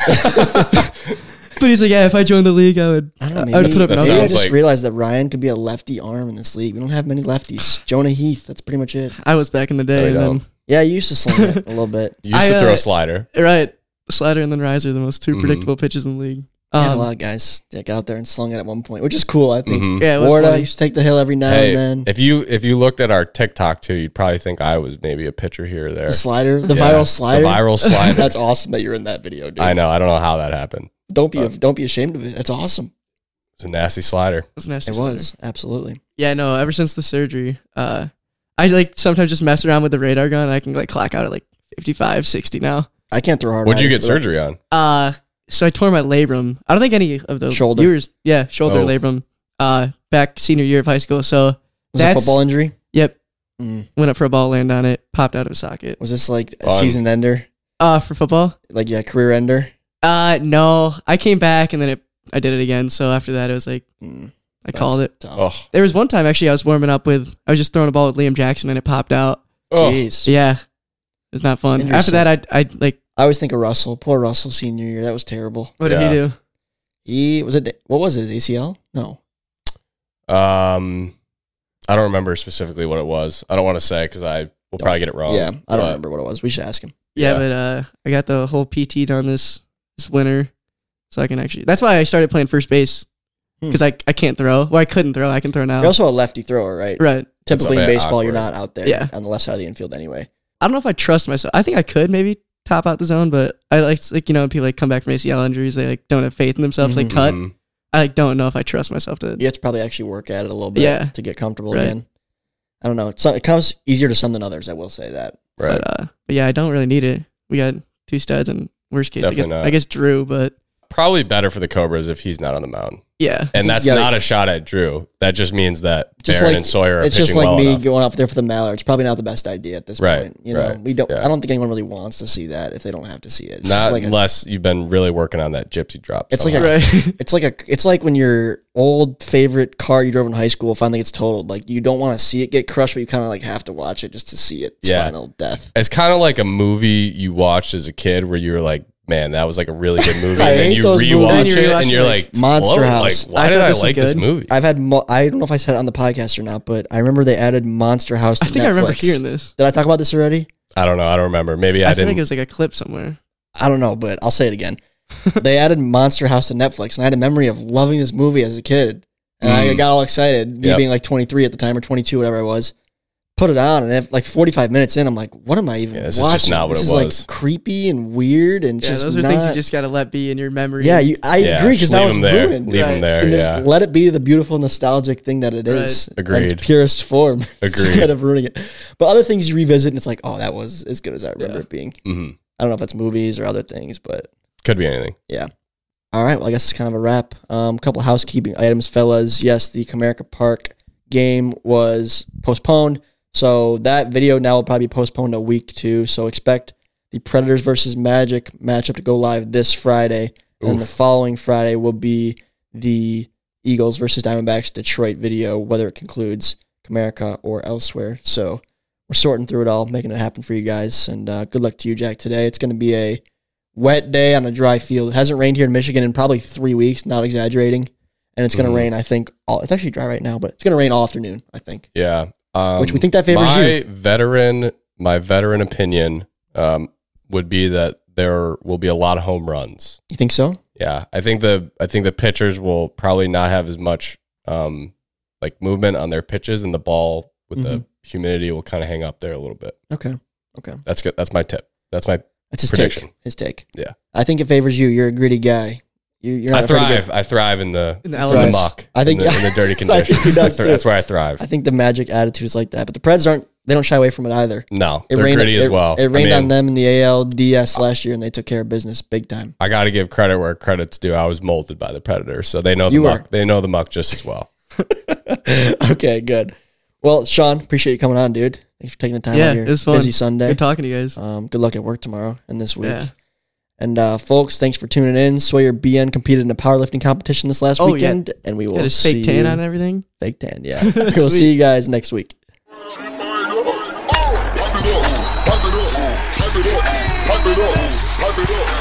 C: but he's like, yeah, if I joined the league, I would.
A: I don't know.
C: uh, I would
A: Maybe,
C: put
A: maybe
C: up
B: numbers.
A: I
B: Sounds
A: just
B: like-
A: realized that Ryan could be a lefty arm in this league. We don't have many lefties. Jonah Heath. That's pretty much it.
C: I was back in the
B: No,
C: day.
B: you
C: and
A: Yeah, you used to sling it a little bit.
B: You used
C: I,
B: to throw
C: uh,
B: a slider.
C: then, right, slider and then riser are the most 2
B: Mhm.
C: predictable pitches in the league.
A: Yeah, a
C: Um,
A: lot of guys that got out there and slung it at one point, which is cool. I think.
B: Mhm.
C: yeah, it was
A: Warda
C: funny.
A: used to take the hill every now
B: Hey,
A: and then.
B: if you if you looked at our TikTok too, you'd probably think I was maybe a pitcher here or there.
A: The slider, the
B: Yeah,
A: viral slider.
B: The viral slider.
A: That's awesome that you're in that video, dude.
B: I know. Uh, I don't know how that happened.
A: Don't be don't be ashamed of it. That's awesome.
B: It's a nasty slider.
C: It was nasty.
A: It
C: slider.
A: was absolutely.
C: Yeah, no. Ever since the surgery, uh, I like sometimes just mess around with the radar gun. I can like clock out at like 55, 60 now.
A: I can't throw hard.
B: What'd you
A: right
B: get
A: for that.
B: surgery on?
C: Uh, so I tore my labrum. I don't think any of the
A: Shoulder.
C: viewers, yeah, shoulder
B: Oh.
C: labrum. Uh, back senior year of high school. So
A: Was it a
C: That's-
A: football injury?
C: yep,
A: Mm.
C: went up for a ball, land on it, popped out of a socket.
A: Was this like a
B: Fun.
A: season ender?
C: Uh, for football?
A: Like yeah, career ender.
C: Uh, no. I came back and then it, I did it again. So after that, it was like
A: Mm,
C: I called it.
B: Oh,
C: There was one time actually I was warming up with I was just throwing a ball with Liam Jackson and it popped out.
B: oh.
A: Jeez.
C: Yeah, it was not fun. After
A: Interesting.
C: that, I I like
A: I always think of Russell. Poor Russell, senior year. That was terrible.
C: what
B: Yeah.
C: did he do?
A: He was it. What was it? His ACL? No.
B: Um, I don't remember specifically what it was. I don't want to say because I will probably Uh, get it wrong.
A: yeah, I
B: but
A: don't remember what it was. We should ask him.
C: Yeah,
B: Yeah.
C: but uh, I got the whole PT done this this winter, so I can actually. That's why I started playing first base
A: Hmm.
C: because I I can't throw. Well, I couldn't throw. I can throw now.
A: You're also a lefty thrower, right?
C: Oh. right.
A: Typically in
B: It's a bit
A: baseball, you're
B: awkward.
A: not out there
C: Yeah.
A: on the left side of the infield anyway.
C: I don't know if I trust myself. I think I could maybe top out the zone, but I like like you know when people like come back from ACL injuries, they like don't have faith in themselves. They
A: Mhm.
C: cut.
B: Mhm.
C: I like don't know if I trust myself to.
A: You have to probably actually work at it a little bit
C: Yeah.
A: to get comfortable
C: Right.
A: again. I don't know. It's, it comes easier to some than others. I will say that.
B: Right.
C: But, uh, but yeah, I don't really need it. We got two studs, and worst case, I guess
B: Definitely not.
C: I guess Drew. But
B: probably better for the Cobras if he's not on the mound.
C: yeah,
B: And that's
A: Yeah, like-
B: not a shot at Drew. That just means that
A: Just
B: Barron
A: like-
B: and Sawyer are
A: it's
B: pitching
A: just like
B: well
A: me
B: enough.
A: going out there for the Mallard. It's probably not the best idea at this
B: Right,
A: point. You know,
B: right,
A: we don't.
B: yeah.
A: I don't think anyone really wants to see that if they don't have to see it. It's just
B: Not
A: like a-
B: unless you've been really working on that gypsy drop.
A: It's like a-
B: somehow.
C: right.
A: It's like a it's like when your old favorite car you drove in high school finally gets totaled. Like you don't want to see it get crushed, but you kind of like have to watch it just to see its
B: Yeah.
A: final death.
B: it's kind of like a movie you watched as a kid where you were like, "Man, that was like a really good movie,"
A: I
B: and then
A: hate
B: you
A: those movies.
B: rewatch
C: And you
B: it
C: rewatch
B: and
C: it
B: you're
C: like,
B: like,
A: Monster
B: "Whoa,
A: House.
B: Like, why
C: I
B: did
C: thought
B: I
C: this was
B: like this
C: good.
B: movie?
A: I've had mo- I don't know if I said it on the podcast or not, but I remember they added Monster House. To
C: I think I remember
A: Netflix.
C: hearing this.
A: Did I talk about this already?
B: I don't know. I don't remember. Maybe I,
C: I feel like
B: didn't.
C: it was like a clip somewhere.
A: I don't know, but I'll say it again. they added Monster House to Netflix, and I had a memory of loving this movie as a kid, and I
B: Mm.
A: got all excited. Me
B: Yep.
A: being like 23 at the time or 22, whatever I was. Put it on, and if, like 45 minutes in, I'm like, "What am I even
B: Yeah, this is
A: watching?
B: just not what
A: this
B: it
A: is
B: was.
A: like creepy and weird, and
C: Yeah,
A: just
C: those are
A: not,
C: things you just gotta let be in your memory.
A: Yeah, you, I
B: yeah,
A: agree because
B: just
A: now
B: leave
A: it's
B: them there.
A: ruined.
B: Leave
C: Right.
B: them there.
A: And just
B: yeah,
A: let it be the beautiful nostalgic thing that it is.
C: Right.
A: at
B: Agreed.
A: its purest form.
B: Agreed.
A: instead of ruining it. But other things you revisit and it's like, oh, that was as good as I remember
C: Yeah.
A: it being.
B: hmm
A: I don't know if that's movies or other things, but
B: could be anything.
A: all right. Well, I guess it's kind of a wrap. A um, couple of housekeeping items, fellas. Yes, the Comerica Park game was postponed. So that video now will probably be postponed a week too. So expect the Predators versus Magic matchup to go live this Friday. And the
B: Oof.
A: following Friday will be the Eagles versus Diamondbacks Detroit video, whether it concludes Comerica or elsewhere. So we're sorting through it all, making it happen for you guys. And uh, good luck to you, Jack, today. It's going to be a wet day on a dry field. It hasn't rained here in Michigan in probably three weeks, not exaggerating. And it's going to
B: Mhm.
A: rain, I think, all, it's actually dry right now, but it's going to rain all afternoon, I think.
B: Yeah, um,
A: Which we think that favors
B: my
A: you.
B: veteran, my veteran opinion um, would be that there will be a lot of home runs.
A: You think so?
B: Yeah, I think the I think the pitchers will probably not have as much um, like movement on their pitches, and the ball with
A: Mm-hmm.
B: the humidity will kind of hang up there a little bit.
A: Okay.
B: That's good. That's my tip. That's my.
A: That's his
B: Prediction.
A: take. His take.
B: Yeah.
A: I think it favors you. You're a gritty guy. You, you're not
B: I
A: afraid to get-
B: thrive. I thrive in the
C: In
B: in the
C: the elements.
B: muck.
A: I think-
B: in the, in the dirty
A: I think he
B: conditions. I
A: does
B: thri-
A: too.
B: that's where I thrive.
A: I think the Magic attitude is like that, but the Preds aren't. They don't shy away from it either.
B: no,
A: It
B: they're
A: rained,
B: gritty
A: it,
B: as well.
A: It rained
B: I
A: on
B: mean,
A: them in the ALDS last year, and they took care of business big time.
B: I got to give credit where credit's due. I was molded by the predator, so they know the
A: You
B: muck.
A: were.
B: They know the muck just as well.
A: okay, good. Well, Sean, appreciate you coming on, dude. Thanks for taking the time.
C: Yeah,
A: out here.
C: it was fun.
A: Busy Sunday.
C: Good talking to you guys.
A: Um, good luck at work tomorrow and this week.
C: Yeah.
A: And uh, folks, thanks for tuning in. Sawyer BN competed in a powerlifting competition this last
C: Oh, yeah.
A: weekend, and we will
C: Got his
A: see
C: fake tan
A: you.
C: on and everything.
A: Fake tan, yeah. we'll see you guys next week.
E: Oh, Pipe it up, pipe it up.